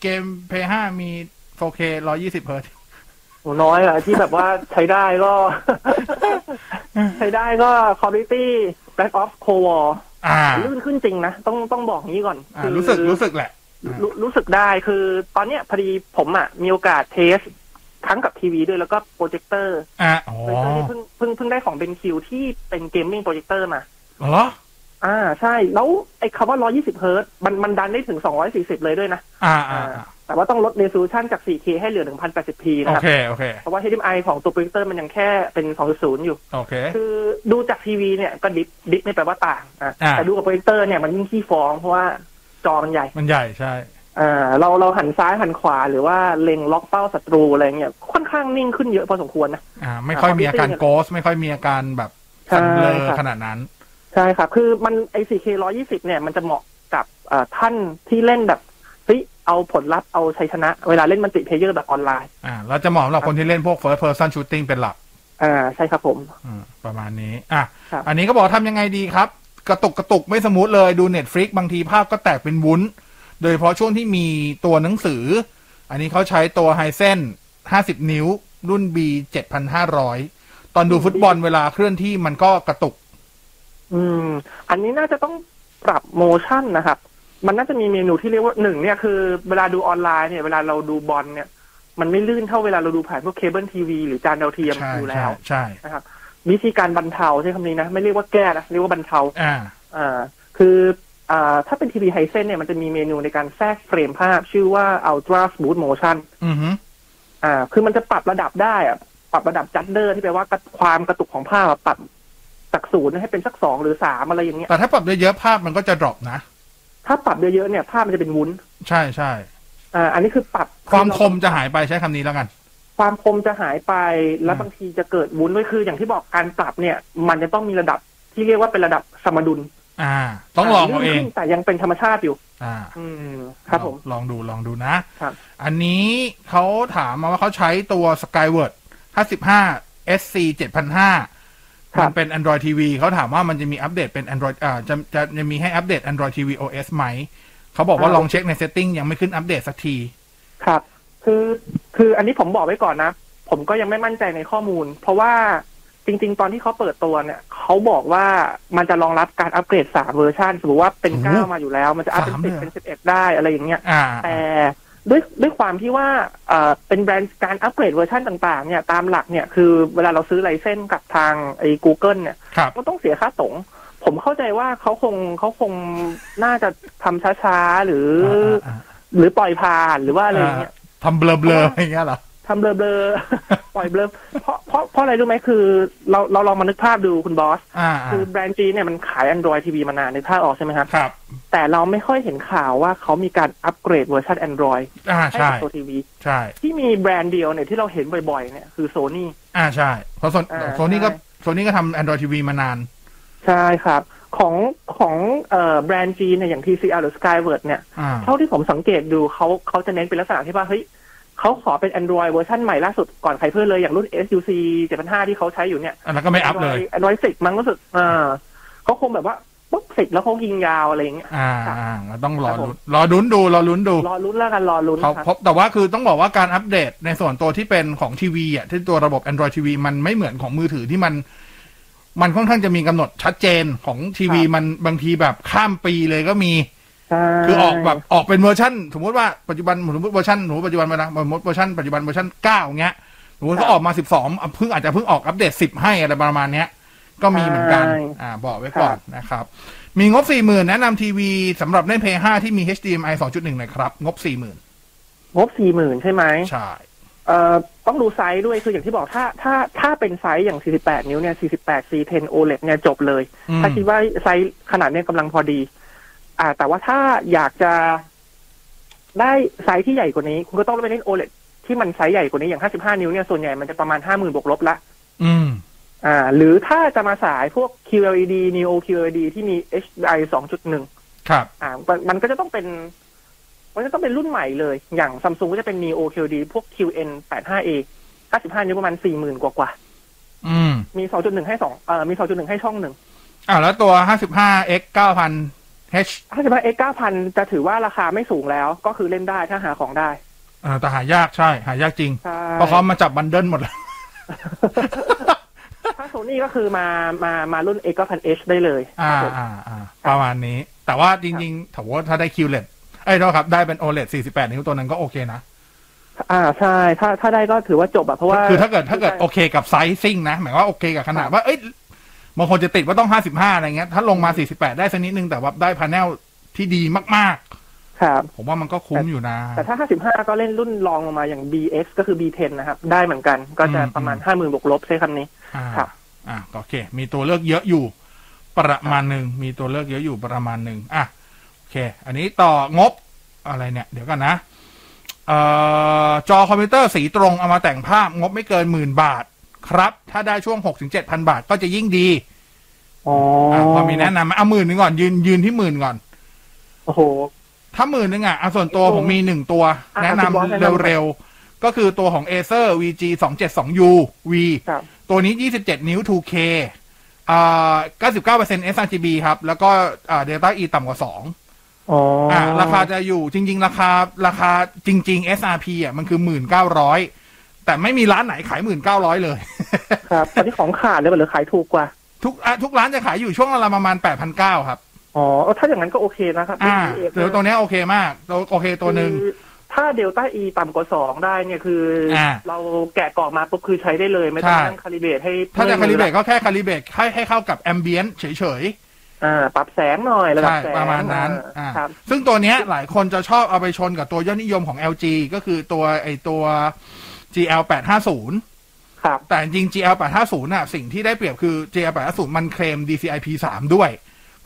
เกมเพย์ห้ามี 4K 120เฮิร์ตซ์
หนูน้อยอะที่แบบว่าใช้ได้ก็ ใช้ได้ก็ Quality Black Ops Cold War
อ่า
ลื่นขึ้นจริงนะ ต้องต้องบอกงี้ก่อน
อ่า
คือ
รู้สึกรู้สึกแหละ
รูรู้สึกได้คือตอนเนี้ยพอดีผมอ่ะ มีโอกาสเทสทั้งกับทีวีด้วยแล้วก็โปรเจคเตอร์
อ่าอ๋อ
โปรเจคเตอร์ที่เพิ่งเพิ่งเพิ่งได้ของเบนคิวที่เป็นเกมมิ่งโปรเจคเตอร์มา
เหรอ
อ่าใช่ แล้วไอ้คำว่า 120เฮิร์ตซ์มันมันดันได้ถึง 240 เลยด้วยนะ
อ่าอ่าอ่า
แต่ว่าต้องลดเร o l u ชันจาก 4K ให้เหลือ 1080p
โอ
นะครับ
เค โอเค
เพราะว่า HDMI ของตัวโปรเจคเตอร์มันยังแค่เป็น 2.0 อยู่
โอเค
คือดูจากทีวีเนี่ยก็ดิฟดิฟไม่แปลว่าต่างอ่ะ
อ่า
แต่ดูกับโปรเจคเตอร์เนี่ยมันยิ่งขี้ฟ้องเพราะว่าจอมันใหญ่
มันใหญ่ใช่
อ่าเราเราหันซ้ายหันขวาหรือว่าเล็งล็อกเป้าศัตรูอะไรเงี้ยค่อนข้างนิ่งขึ้นเยอะพอสมควรนะ
อ่า ไม่ค่อยมีอาการโกสไม่ค่อยมีอาการแบบสันเลอ
ใช่ค่ะ
ขนาดนั้น
ใช่ครับ คือมันไอ 4K 120 เนี่ยมันจะเหมาะกับเอ่อท่านที่เล่นแบบเฮ้ยเอาผลลัพธ์เอาชัยชนะ เวลาเล่นมันติเพลเยอร์แบบออนไลน์
อ่าเราจะเหมาะสำหรับคนที่เล่นพวก first person shooting เป็นหลัก
อ่าใช่ครับผม
อืมประมาณนี้ อ่ะ
ครับ
อันนี้ก็บอกทำยังไงดีครับ กระตุกกระตุกไม่สมูทเลยดู Netflix บางทีภาพก็แตกเป็นวุ้น โดยเฉพาะช่วงที่มีตัวหนังสือ อันนี้เขาใช้ตัว h i เซ n 50 นิ้ว รุ่น B 7500 ตอนดู
อืม
ฟุตบอลเวลาเคลื่อนที่มันก็กระตุก
อืม อันนี้น่าจะต้องปรับโมชั่นนะครับ มันน่าจะมีเมนูที่เรียกว่าหนึ่งเนี่ยคือเวลาดูออนไลน์เนี่ยเวลาเราดูบอลเนี่ย มันไม่ลื่นเท่าเวลาเราดูผ่านพวกเคเบิลทีวีหรือจานดาวเทียม
ใช่
อยู่แล้
ใช่
ว
ใช่
นะครับวิธีการบรรเทาใช้คำนี้นะ ไม่เรียกว่าแก้นะเรียกว่าบรรเทา
อ่า
อ่าคืออ่าถ้าเป็นทีวีไฮเซนเนี่ยมันจะมีเมนูในการแทรกเฟรมภาพ ชื่อว่า Ultra Smooth Motion
อือฮึ
อ่าคือมันจะปรับระดับได้อะปรับระดับจัดเดอร์ที่แปลว่ากระความกระตุกของภาพอะปรับจากศูนย์ให้เป็นสักสองหรือสามอะไรอย่างเงี้ย
แต่ถ้าปรับเยอะๆภาพมันก็จะดรอปนะ
ถ้าปรับเยอะๆเนี่ยภาพมันจะเป็นวุ้น
ใช่ใช่
อ่าอันนี้คือปรับ
ความคมจะหายไปใช้คำนี้แล้วกัน
ความคมจะหายไปแล้ว
อืม
บางทีจะเกิดวุ้นด้วยคืออย่างที่บอกการปรับเนี่ย มันจะต้องมีระดับที่เรียกว่าเป็นระดับสมดุล
อ่า ต้องลองเอาเอง
ลื่นขึ้นแต่ยังเป็นธรรมชาติอยู่
อ่า
อืมครับผม
ลองดูลองดูนะ
ครับ
อันนี้เขาถามมาว่าเขาใช้ตัว Skyward 55 SC 7,500
ครั
มั
บ
นเป็น Android TV เขาถามว่ามันจะมีอัปเดตเป็น Android อ่าจะจะจะมีให้อัปเดต Android TV OS ไหม เขาบอกว่าลองเช็คใน Setting ยังไม่ขึ้นอัปเดตสักที
ครับ คือคืออันนี้ผมบอกไว้ก่อนนะ ผมก็ยังไม่มั่นใจในข้อมูล เพราะว่าจริง ๆ ตอนที่เขาเปิดตัวเนี่ยเขาบอกว่ามันจะรองรับการอัปเกรดสามเวอร์ชันสมมติว่าเป็น
โอ้โห
เก้ามาอยู่แล้ว มันจะอัพ
สาม
เป็น
เลยเหรอ
สิบเป็นสิบเอ็ดได้อะไรอย่างเงี้ย
อ่า
แต่ด้วยด้วยความที่ว่าเอ่อเป็นแบรนด์การอัปเกรดเวอร์ชันต่างๆ เนี่ยตามหลักเนี่ยคือเวลาเราซื้อไลเซนส์กับทางไอ้ Google เนี่ย
ครับ
ก็ต้องเสียค่าตง ผมเข้าใจว่าเขาคงเขาคงน่าจะทำช้าๆ หรืออ
อ่า
หรือปล่อยผ่านหรือว่าอะไรอย่างเงี้ย
ทำเบลอๆอย่างเงี้ยเหรอ
ทำเบลอเบลอ ปล่อยเบลอเพราะเพราะเพราะอะไรรู้ไหมคือ เราเราลองมานึกภาพดูคุณบอส
อ่า
คือแบรนด์จีนเนี่ยมันขาย Android TV มานานในภาพออกใช่ไหมครับ
ๆครับ
แต่เราไม่ค่อยเห็นข่าวว่าเขามีการอัปเกรดเวอร์ชัน Android
อ่า
ให้
ใช่
กับตัวทีวี
ใช่
ที่มีแบรนด์เดียวเนี่ยที่เราเห็นบ่อยๆเนี่ยคือโซนี่
อ่าใช่ เพราะ
อ่า
โซนี่ก็
ใช่
โซนี่ก็ทำ Android TV มานาน
ใช่ครับ ของของเอ่อแบรนด์จีนเนี่ยอย่าง TCL หรือ Skyward เนี่ย
อ่า
เท่าที่ผมสังเกตดูเขาเขาจะเน้นเป็นลักษณะที่ว่าเฮ้ยเขาขอเป็น Android เวอร์ชันใหม่ล่าสุดก่อนใครเพื่อนเลยอย่างรุ่น SUC 7,500ที่เขาใช้อยู่เนี่ย
อันนั้นก็ไม่อัพเลย
อันร้อยสิบมั้งรู้สึกเออเขาคงแบบว่าปุ๊บสิบแล้วเขายิงยาวอะไรอย่างเงี้ย
อ่าอ่าเราต้องรอ
ครับผม
ลุ้นรอลุ้นดู รอลุ้นดู
รอลุ้นแล้วกันรอลุ้น
เขา
ครับ
พบแต่ว่าคือต้องบอกว่าการอัปเดตในส่วนตัวที่เป็นของทีวีอ่ะ ที่ตัวระบบ Android TV มันไม่เหมือนของมือถือที่มัน มันค่อนข้างจะมีกำหนดชัดเจนของทีวีมันบางทีแบบข้ามปีเลยก็มี
ใช่
คือออกแบบออกเป็นเวอร์ชันสมมติว่าปัจจุบันสมมติเวอร์ชันหนูปัจจุบันมานะสมมติเวอร์ชันปัจจุบันเวอร์ชันเก้าเงี้ยหนูก็ออกมาสิบสองเพิ่งอาจจะเพิ่งออกอัปเดตสิบให้อะไรประมาณเนี้ย ก็มีเหมือนกัน อ่าบอกไว้ก่อนนะครับ มีงบสี่หมื่นแนะนำทีวีสำหรับเล่นเพย์ห้าที่มี HDMI สองจุดหนึ่งหน่อยครับ งบสี่หมื่น
งบสี่หมื่นใช่ไหม
ใช่
เอ่อต้องดูไซส์ด้วยคืออย่างที่บอกถ้าถ้าถ้าเป็นไซส์อย่าง 48 นิ้วเนี่ย 48 C10 OLED เนี่ยจบเลย
อืม
ถ้าคิดว่าไซส์ขนาดเนี้ยกำลังพอดี อ่า แต่ว่าถ้าอยากจะได้ไซส์ที่ใหญ่กว่านี้ คุณก็ต้องไปเล่น OLED ที่มันไซส์ใหญ่กว่านี้อย่าง 55 นิ้วเนี่ยส่วนใหญ่มันจะประมาณ 50,000บวกลบละ
อืม
อ่าหรือถ้าจะมาสายพวก QLED Neo QLED ที่มี HDI 2.1
ครับ
อ่ามันมันก็จะต้องเป็น มันจะต้องเป็นรุ่นใหม่เลย อย่าง Samsung ก็จะเป็น Neo QLED พวก QN 85A 55นิ้วประมาณ 40,000 กว่ากว่า
อืม
ๆมี 2.1 ให้2เอ่อมี 2.1 ให้ช่องหนึ่ง
อ่าแล้วตัวห้าสิบห้า x เก้าพัน h
55 X 9,000 จะถือว่าราคาไม่สูงแล้ว ก็คือเล่นได้ถ้าหาของได้
อ่าแต่หายากใช่ หายากจริง
ใช่
เพราะเขามาจับบันเดิลหมด แล้ว
ถ้าโซนี่ก็คือมามามารุ่น X 9,000 H ได้เลย
อ่า
ครับผม
อ่าอ่าประมาณนี้ แต่ว่าจริงๆถือว่าถ้าได้ QLED ไอ้ยโทษครับ ได้เป็น OLED 48 นิ้วตัวนั้นก็โอเคนะ
อ่าใช่ถ้าถ้าได้ก็ถือว่าจบอะเพราะว่า
คือถ้าเกิดถ้าเกิดโอเคกับไซซิ่งนะ หมายว่าโอเคกับขนาดว่า เอ้ยบางคนจะติดว่าต้อง 55 อะไรเงี้ย ถ้าลงมา 48 ได้สักนิดนึง แต่ว่าได้พาแนลที่ดีมาก
ครับ
ๆ ผมว่ามันก็คุ้มอยู่นะ
แต่ถ้า 55 ก็เล่นรุ่นรองลงมาอย่าง BX ก็คือ B10 นะครับ ได้เหมือนกัน ก็จะ
อืม
ประมาณ 50,000บวกลบใช้คำนี้
อ่า
ครับ
อ่าก็โอเค มีตัวเลือกเยอะอยู่ ประมาณหนึ่งมีตัวเลือกเยอะอยู่ประมาณหนึ่งอ่ะโอเค อันนี้ต่องบอะไรเนี่ย เดี๋ยวกันนะเอ่อจอคอมพิวเตอร์สีตรงเอามาแต่งภาพงบไม่เกินหมื่นบาท ครับ ถ้าได้ช่วงหกถึงเจ็ดพันบาทก็จะยิ่งดี
อ๋อ
อ่ะพอมีแนะนำไหมเอาหมื่นหนึ่งก่อนยืนยืนที่หมื่นก่อน
โอ้โห
ถ้าหมื่นหนึ่งอ่ะเอาส่วนตัวผมมีหนึ่งตัว
อ่ะ
แนะ
คุณบอสแนะนำ
นำเร็วๆ ก็คือตัวของ Acer VG 2 7 2 U V
ครับ
ตัวนี้ 27 นิ้ว 2K อ่า99% sRGB ครับ แล้วก็อ่า Delta E ต่ำกว่า 2
อ๋อ
อ่า
อ่า
ราคาจะอยู่จริง ๆ ราคาราคาจริง ๆ SRP อ่ะมันคือ 1,900 แต่ไม่มีร้านไหนขาย 1,900 เลย
ครับตอนนี้ของขาดเลยปะหรือขายถูกกว่า
ทุกอ่ะทุกร้านจะขายอยู่ช่วงละประมาณ 8,900 ครับ
อ๋อเออถ้าอย่างนั้นก็โอเคนะครับ
อ่า
คือ
เดี๋ยวตัวเนี้ยโอเคมากตัวโอเคตัวหนึ่ง
คือถ้าเดลต้า E ต่ำกว่า 2 ได้เนี่ยคืออา เราแกะกล่องมาปุ๊บคือใช้ได้เลยไม่ต้อง
ใช่
นั่งคาลิเบรตให้
ถ้าจะคาลิเบรตก็แค่คาลิเบรตให้ให้เข้ากับแอมเบียนเฉยๆ
อ่าปรับแสงหน่อยระดับ
ใช่
แสง
ประมาณนั้น
อ่า
อ่า
ครับ
ซึ่งตัวเนี้ยหลายคนจะชอบเอาไปชนกับตัวยอดนิยมของ LG ก็คือตัวไอตัว GL 850
ครับ
แต่จริง GL 850น่ะสิ่งที่ได้เปรียบคือ GL 850มันเคลม DCI-P 3ด้วย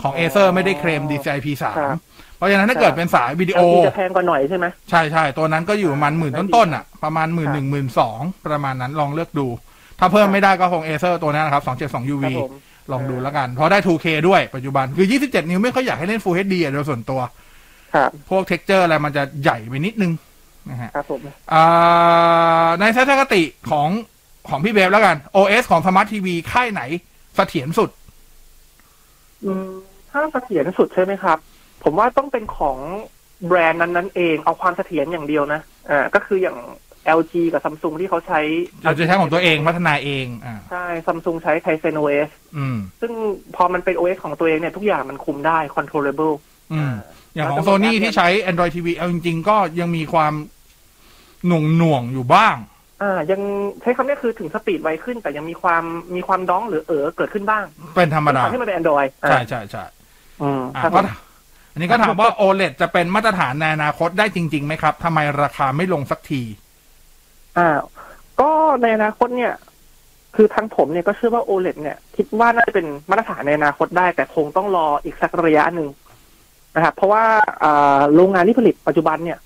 ของ Acer ไม่ได้เคลม DCI P
ครับ
3เพราะฉะนั้นถ้าเกิดเป็นสายวิดีโอ
LG จะแพงกว่าหน่อยใช่ไหม
ใช่ใช่ตัวนั้นก็อยู่ประมาณหมื่นต้นๆอ่ะ ประมาณหมื่นหนึ่งหมื่นสองประมาณนั้นลองเลือกดู ถ้าเพิ่มไม่ได้ก็คง Acer ตัวนั้นนะครับ272 UV
ครับผม
ลองดูแล้วกันเพราะได้ 2K ด้วยปัจจุบันคือ 27 นิ้วไม่ค่อยอยากให้เล่น Full HD อ่ะโดยส่วนตัว
ครับ
พวกเท็กเจอร์อะไรมันจะใหญ่ไปนิดนึงนะฮะ
ครับผม
อ่าในทัศนคติของของพี่เบฟแล้วกัน OS ของสมาร์ททีวีค่ายไหนเสถียรสุด
อืมถ้าเสถียรสุดใช่ไหมครับ ผมว่าต้องเป็นของแบรนด์นั้นๆเองเอาความเสถียรอย่างเดียวนะอ่าก็คืออย่าง LG กับ Samsung ที่เขาใช้
เราจะใช้ของตัวเองพัฒนาเองอ่า
ใช่ Samsung ใช้ Tizen OS
อืม
ซึ่งพอมันเป็น OS ของตัวเองเนี่ย ทุกอย่างมันคุมได้ controllable
อืม อย่างของ
แล้ว
โซ
ก็มี
นี่
แอป
ที่ใช้ Android TV เอาจริง ๆ ก็ยังมีความหน่วงหน่วงๆอยู่บ้าง
อ่ายังใช้คำนี้คือถึงสปีดไวขึ้น แต่ยังมีความมีความด้องหรือเออเกิดขึ้นบ้าง
เป็นธรรมดา
ทำให้มันเป็น Android อ่า
ใช่ใช่ใช่
อืม
อ่ะ
ครับผ
ก็
ม
อันนี้ก็ถามว่า OLED จะเป็นมาตรฐานในอนาคตได้จริงๆไหมครับทำไมราคาไม่ลงสักที
อ่า ก็ในอนาคตเนี่ย คือทางผมเนี่ยก็เชื่อว่า OLED เนี่ย คิดว่าน่าจะเป็นมาตรฐานในอนาคตได้ แต่คงต้องรออีกสักระยะหนึ่งนะครับเพราะว่าอ่าโรงงานที่ผลิตปัจจุบันเนี่ย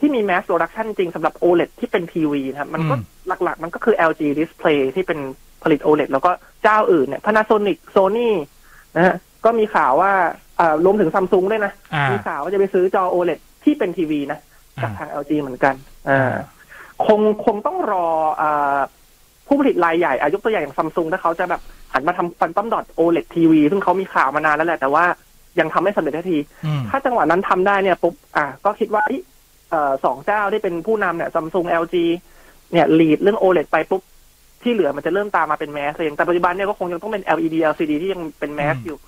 ที่มี mass production จริงสำหรับ OLED ที่เป็น PV นะครับ มันก็
อืม
หลักๆ มันก็คือ LG Display ที่เป็นผลิต OLED แล้วก็เจ้าอื่นเนี่ย Panasonic Sony นะฮะก็มีข่าวว่าอ่ารวมถึงซัมซุงด้วยนะ
อ่า
มีข่าวว่าจะไปซื้อจอ OLED ที่เป็นทีวีนะจาก
อ่า
ทาง LG เหมือนกันอ่า คงคงต้องรออาผู้ผลิตรายใหญ่อะยกตัวอย่างอย่างซัมซุงถ้าเขาจะแบบหันมาทำฟันต้อมดอทโอเลดทีวีซึ่งเขามีข่าวมานานแล้วแหละ แต่ว่ายังทำไม่สำเร็จทันที
อืม
ถ้าจังหวะนั้นทำได้เนี่ยปุ๊บอ่ะก็คิดว่าเอ้ยเอ่อสองเจ้าที่เป็นผู้นำเนี่ยซัมซุง LG เนี่ยลีดเรื่อง OLED ไปปุ๊บ ที่เหลือมันจะเริ่มตามมาเป็นแมสเองแต่ปัจจุบันเนี่ยก็คงยังต้องเป็น LED LCD ที่ยังเป็นแมสอยู่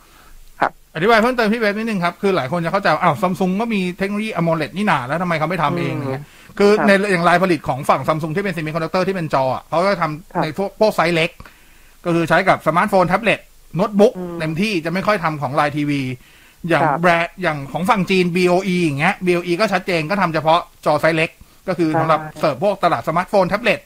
อธิบายเพิ่มเติมพี่เวฟนิดนึงครับ คือหลายคนจะเข้าใจว่าอ้าวซัมซุงก็มีเทคโนโลยี AMOLED นี่หนาแล้วทำไมเขาไม่ทำเอง
อืม
เนี่ยคือ
ครับ
ในอย่างลายผลิตของฝั่งซัมซุงที่เป็น Semiconductor ที่เป็นจออะเขาก็
ครั
ทำ
บ
ในพวกพวกไซส์เล็ก ก็คือใช้กับสมาร์ทโฟนแท็บเล็ตโน้ตบุ๊ก
อืม
เต็มที่จะไม่ค่อยทำของลายทีวี อย่าง
ครับ
แบรนด์อย่างของฝั่งจีน BOE อย่างเงี้ย BOE ก็ชัดเจนก็ทำเฉพาะจอไซส์เล็ก ก็คือสำหรับ
ใช่
เสิร์ฟพวกตลาดสมาร์ทโฟนแท็บเล็ต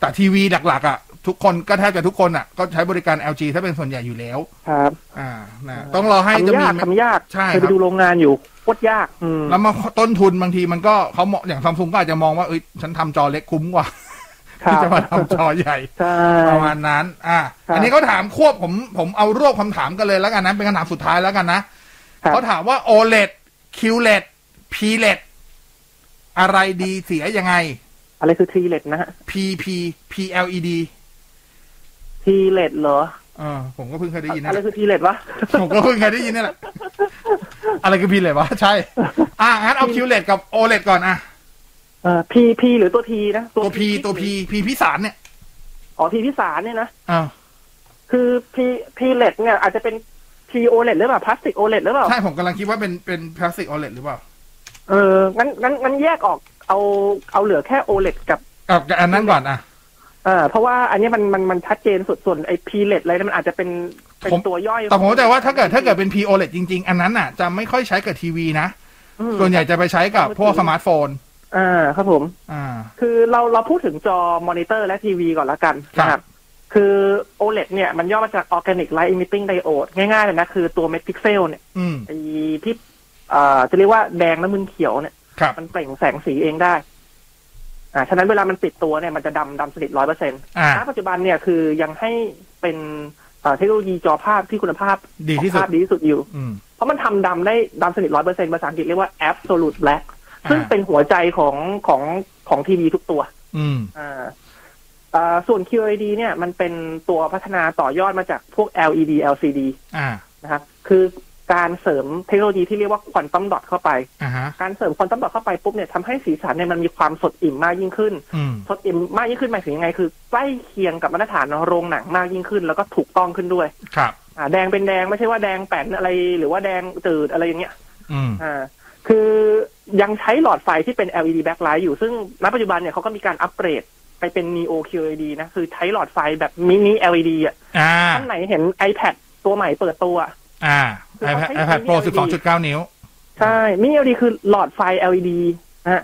แต่ทีวีหลักๆอ่ะทุกคนก็แทบจะทุกคนอ่ะก็ใช้บริการ LG ถ้าเป็นส่วนใหญ่อยู่แล้ว
ครับ
อ่านะต้องรอให้จะ
ทำ
มี
ยากทำยาก
ใช่
เคย
ครั
ไป
บ
ดูโรงงานอยู่โคตรยากอืม
แล้วมาต้นทุนบางทีมันก็เขาเหมาะอย่างซัมซุงก็อาจจะมองว่าเอ้ยฉันทำจอเล็กคุ้มกว่า
ครับ
ที่จะมาทำจอใหญ่
ใช่
ประมาณนั้น อ่า
ครับ
อันนี้เขาถามควบผมผมเอารวบคำถามกันเลยแล้วกันนะ เป็นคำถามสุดท้ายแล้วกันนะครับ เขาถามว่า OLED QLED PLED อะไรดีเสียยังไง
อะไรคือทีเลดนะฮะ
PP PLED
ทีเลดเหรอ
เออผมก็เพิ่งเคยได้ยินนะ
อะไรคือทีเลดวะ
ผมก็เพิ่งเคยได้ยินนี่แหละ อะไรคือ PLED วะใช่ อ่ะงั้นเอา QLED กับ OLED ก่อนอ่ะ
เอ่อพีพีหรือตัวทีนะ
ตัว P ตัว P P พิสารเนี่ย
อ๋อทีพิสารเนี่ยนะ
อ่า
คือพีพีเลดเนี่ยอาจจะเป็นพีโอเลดหรือเปล่าพลาสติกโอเลดหรือเปล่า
ใช่ ผมกำลังคิดว่าเป็นเป็นพลาสติกออเลดหรือเปล่า
เอองั้นงั้นงั้นแยกออกเอาเอาเหลือแค่โอเลดกับ
เอาแต่อันนั้นก่อนอ่ะ
เออเพราะว่าอันนี้มันมันมันชัดเจนสุดส่วนไอ้พีเลดอะไรเนี่ยมันอาจจะเป็นเป็น
ผม
ตัวย่อย
แต่ผมเข้าใจว่าถ้าเกิดถ้าเกิดเป็น P OLED จริง ๆ อันนั้นอ่ะ จะไม่ค่อยใช้กับทีวีนะ
อืม
ส่วนใหญ่จะไปใช้กับพวกสมาร์ทโฟน
อ่าครับผม
อ่า
คือเราเราพูดถึงจอมอนิเตอร์และทีวีก่อนละกัน
ครับ
นะครับ คือ OLED เนี่ยมันย่อมาจาก Organic Light Emitting Diode ง่ายๆเลยนะคือตัวเม็ดพิกเซลเนี่ย
อืม
ไอ้ที่เอ่อจะเรียกว่าแดงน้ำมึนเขียวเนี่ย
ครับ
มันเปล่งแสงสีเองได้ อ่า ฉะนั้นเวลามันติดตัวเนี่ยมันจะดำดำสนิทร้อยเปอร์เซ็นต์
อ่า
ณปัจจุบันเนี่ยคือยังให้เป็นเอ่อเทคโนโลยีจอภาพที่คุณภาพ
ดีที่สุด
ของภาพดีที่สุดอยู่
อืม
เพราะมันทำดำได้ดำสนิทร้อยเปอร์เซ็นต์ภาษาอังกฤษเรียกว่า absolute black
อ่า
ซึ่งเป็นหัวใจของของของทีวีทุกตัว
อืม
อ่าอ่าส่วน QLED เนี่ยมันเป็นตัวพัฒนาต่อยอดมาจากพวก LED LCD
อ่า
นะครับ คือการเสริมเทคโนโลยีที่เรียกว่าควอนตัมดอทเข้าไป
อ่าฮะ
การเสริมควอนตัมดอทเข้าไปปุ๊บเนี่ยทำให้สีสันเนี่ยมันมีความสดอิ่มมากยิ่งขึ้น
อืม
สดอิ่มมากยิ่งขึ้นหมายถึงยังไง คือใกล้เคียงกับมาตรฐานโรงหนังมากยิ่งขึ้น แล้วก็ถูกต้องขึ้นด้วย
ครับ
อ่า แดงเป็นแดงไม่ใช่ว่าแดงแป้นอะไร หรือว่าแดงจืดอะไรอย่างเงี้ย
อืม
อ่า คือยังใช้หลอดไฟที่เป็น LED backlight อยู่ ซึ่งณปัจจุบันเนี่ยเขาก็มีการอัปเกรดไปเป็น neo QLED นะ คือใช้หลอดไฟแบบมินิ LED อ่ะ
อ่า
ท่านไหนเห็น iPad ตัวใหม่เปิดตัวอะ
อ่า iPad iPad Pro 12.9 นิ้ว
ใช่ มินิ LED คือหลอดไฟ LED นะฮะ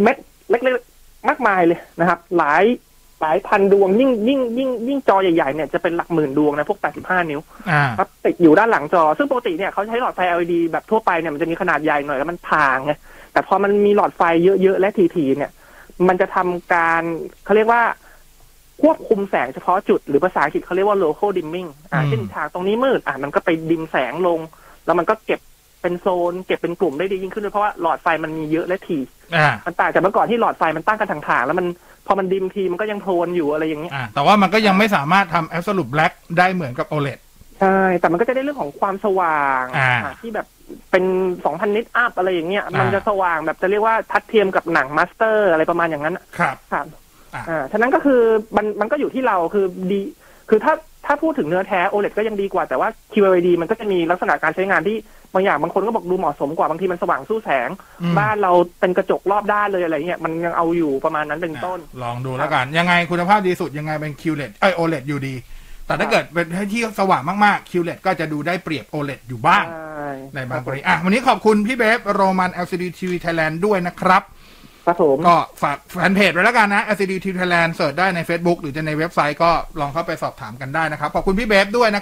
เม็ดเล็กๆ มากมายเลยนะครับ หลายหลายพันดวง ยิ่งยิ่งยิ่งยิ่งจอใหญ่ๆ เนี่ยจะเป็นหลักหมื่นดวงนะ พวก 85 นิ้ว
อ่า
ครับติดอยู่ด้านหลังจอ ซึ่งปกติเนี่ยเขาใช้หลอดไฟ LED แบบทั่วไปเนี่ยมันจะมีขนาดใหญ่หน่อยแล้วมันพางไงแต่พอมันมีหลอดไฟเยอะๆ และทีๆเนี่ย มันจะทำการเขาเรียกว่า ควบคุมแสงเฉพาะจุด หรือภาษาอังกฤษเขาเรียกว่า local dimming อ่า
อืม
เช่นฉากตรงนี้มืดอ่ะมันก็ไปดิมแสงลง แล้วมันก็เก็บเป็นโซน เก็บเป็นกลุ่มได้ดียิ่งขึ้นด้วยเพราะว่าหลอดไฟมันมีเยอะและที
อ่า
มันต่างจากเมื่อก่อนที่หลอดไฟมันตั้งกันทางๆแล้วมันพอมันดิมทีมันก็ยังโพลนอยู่อะไรอย่างเงี้ย
อ่า แต่ว่ามันก็ยังไม่สามารถทำ Absolute Black ได้เหมือนกับ OLED
ใช่ แต่มันก็จะได้เรื่องของความสว่าง
อ่า
อ่ะที่แบบเป็นสองพันนิตอัพอะไรอย่างเงี้ย
อ่ามั
มันจะสว่างแบบจะเรียกว่าทัดเทียมกับหนังมาสเตอร์อะไรประมาณอย่างนั้น
ครับ
ครับ
อ่า
อ่า ฉะนั้นก็คือมันมันก็อยู่ที่เราคือดี คือถ้าถ้าพูดถึงเนื้อแท้ OLED ก็ยังดีกว่าแต่ว่า QLED มันก็จะมีลักษณะการใช้งานที่บางอย่างบางคนก็บอกดูเหมาะสมกว่าบางทีมันสว่างสู้แสง
อืม
บ้านเราเป็นกระจกรอบด้านเลยอะไรเงี้ยมันยังเอาอยู่ประมาณนั้นเป็นต้น
ลองดูแล้วกัน ยังไงคุณภาพดีสุดยังไงเป็น QLED เอ้ย OLED อยู่ดี แต่ถ้าเกิดเป็นที่สว่างมากๆ QLED ก็จะดูได้เปรียบ OLED อยู่บ้าง
ใช่
ในบางกรณีอ่ะวันนี้ขอบคุณพี่เบฟโรมัน LCD TV Thailand ด้วยนะครับ
ครับผม
ก็ฝากแฟนเพจไว้แล้วกันนะ LCD TV Thailand เสิร์ชได้ใน Facebook หรือจะในเว็บไซต์ก็ลองเข้าไปสอบถามกันได้นะครับ ขอบคุณพี่เบฟด้วยนะครับ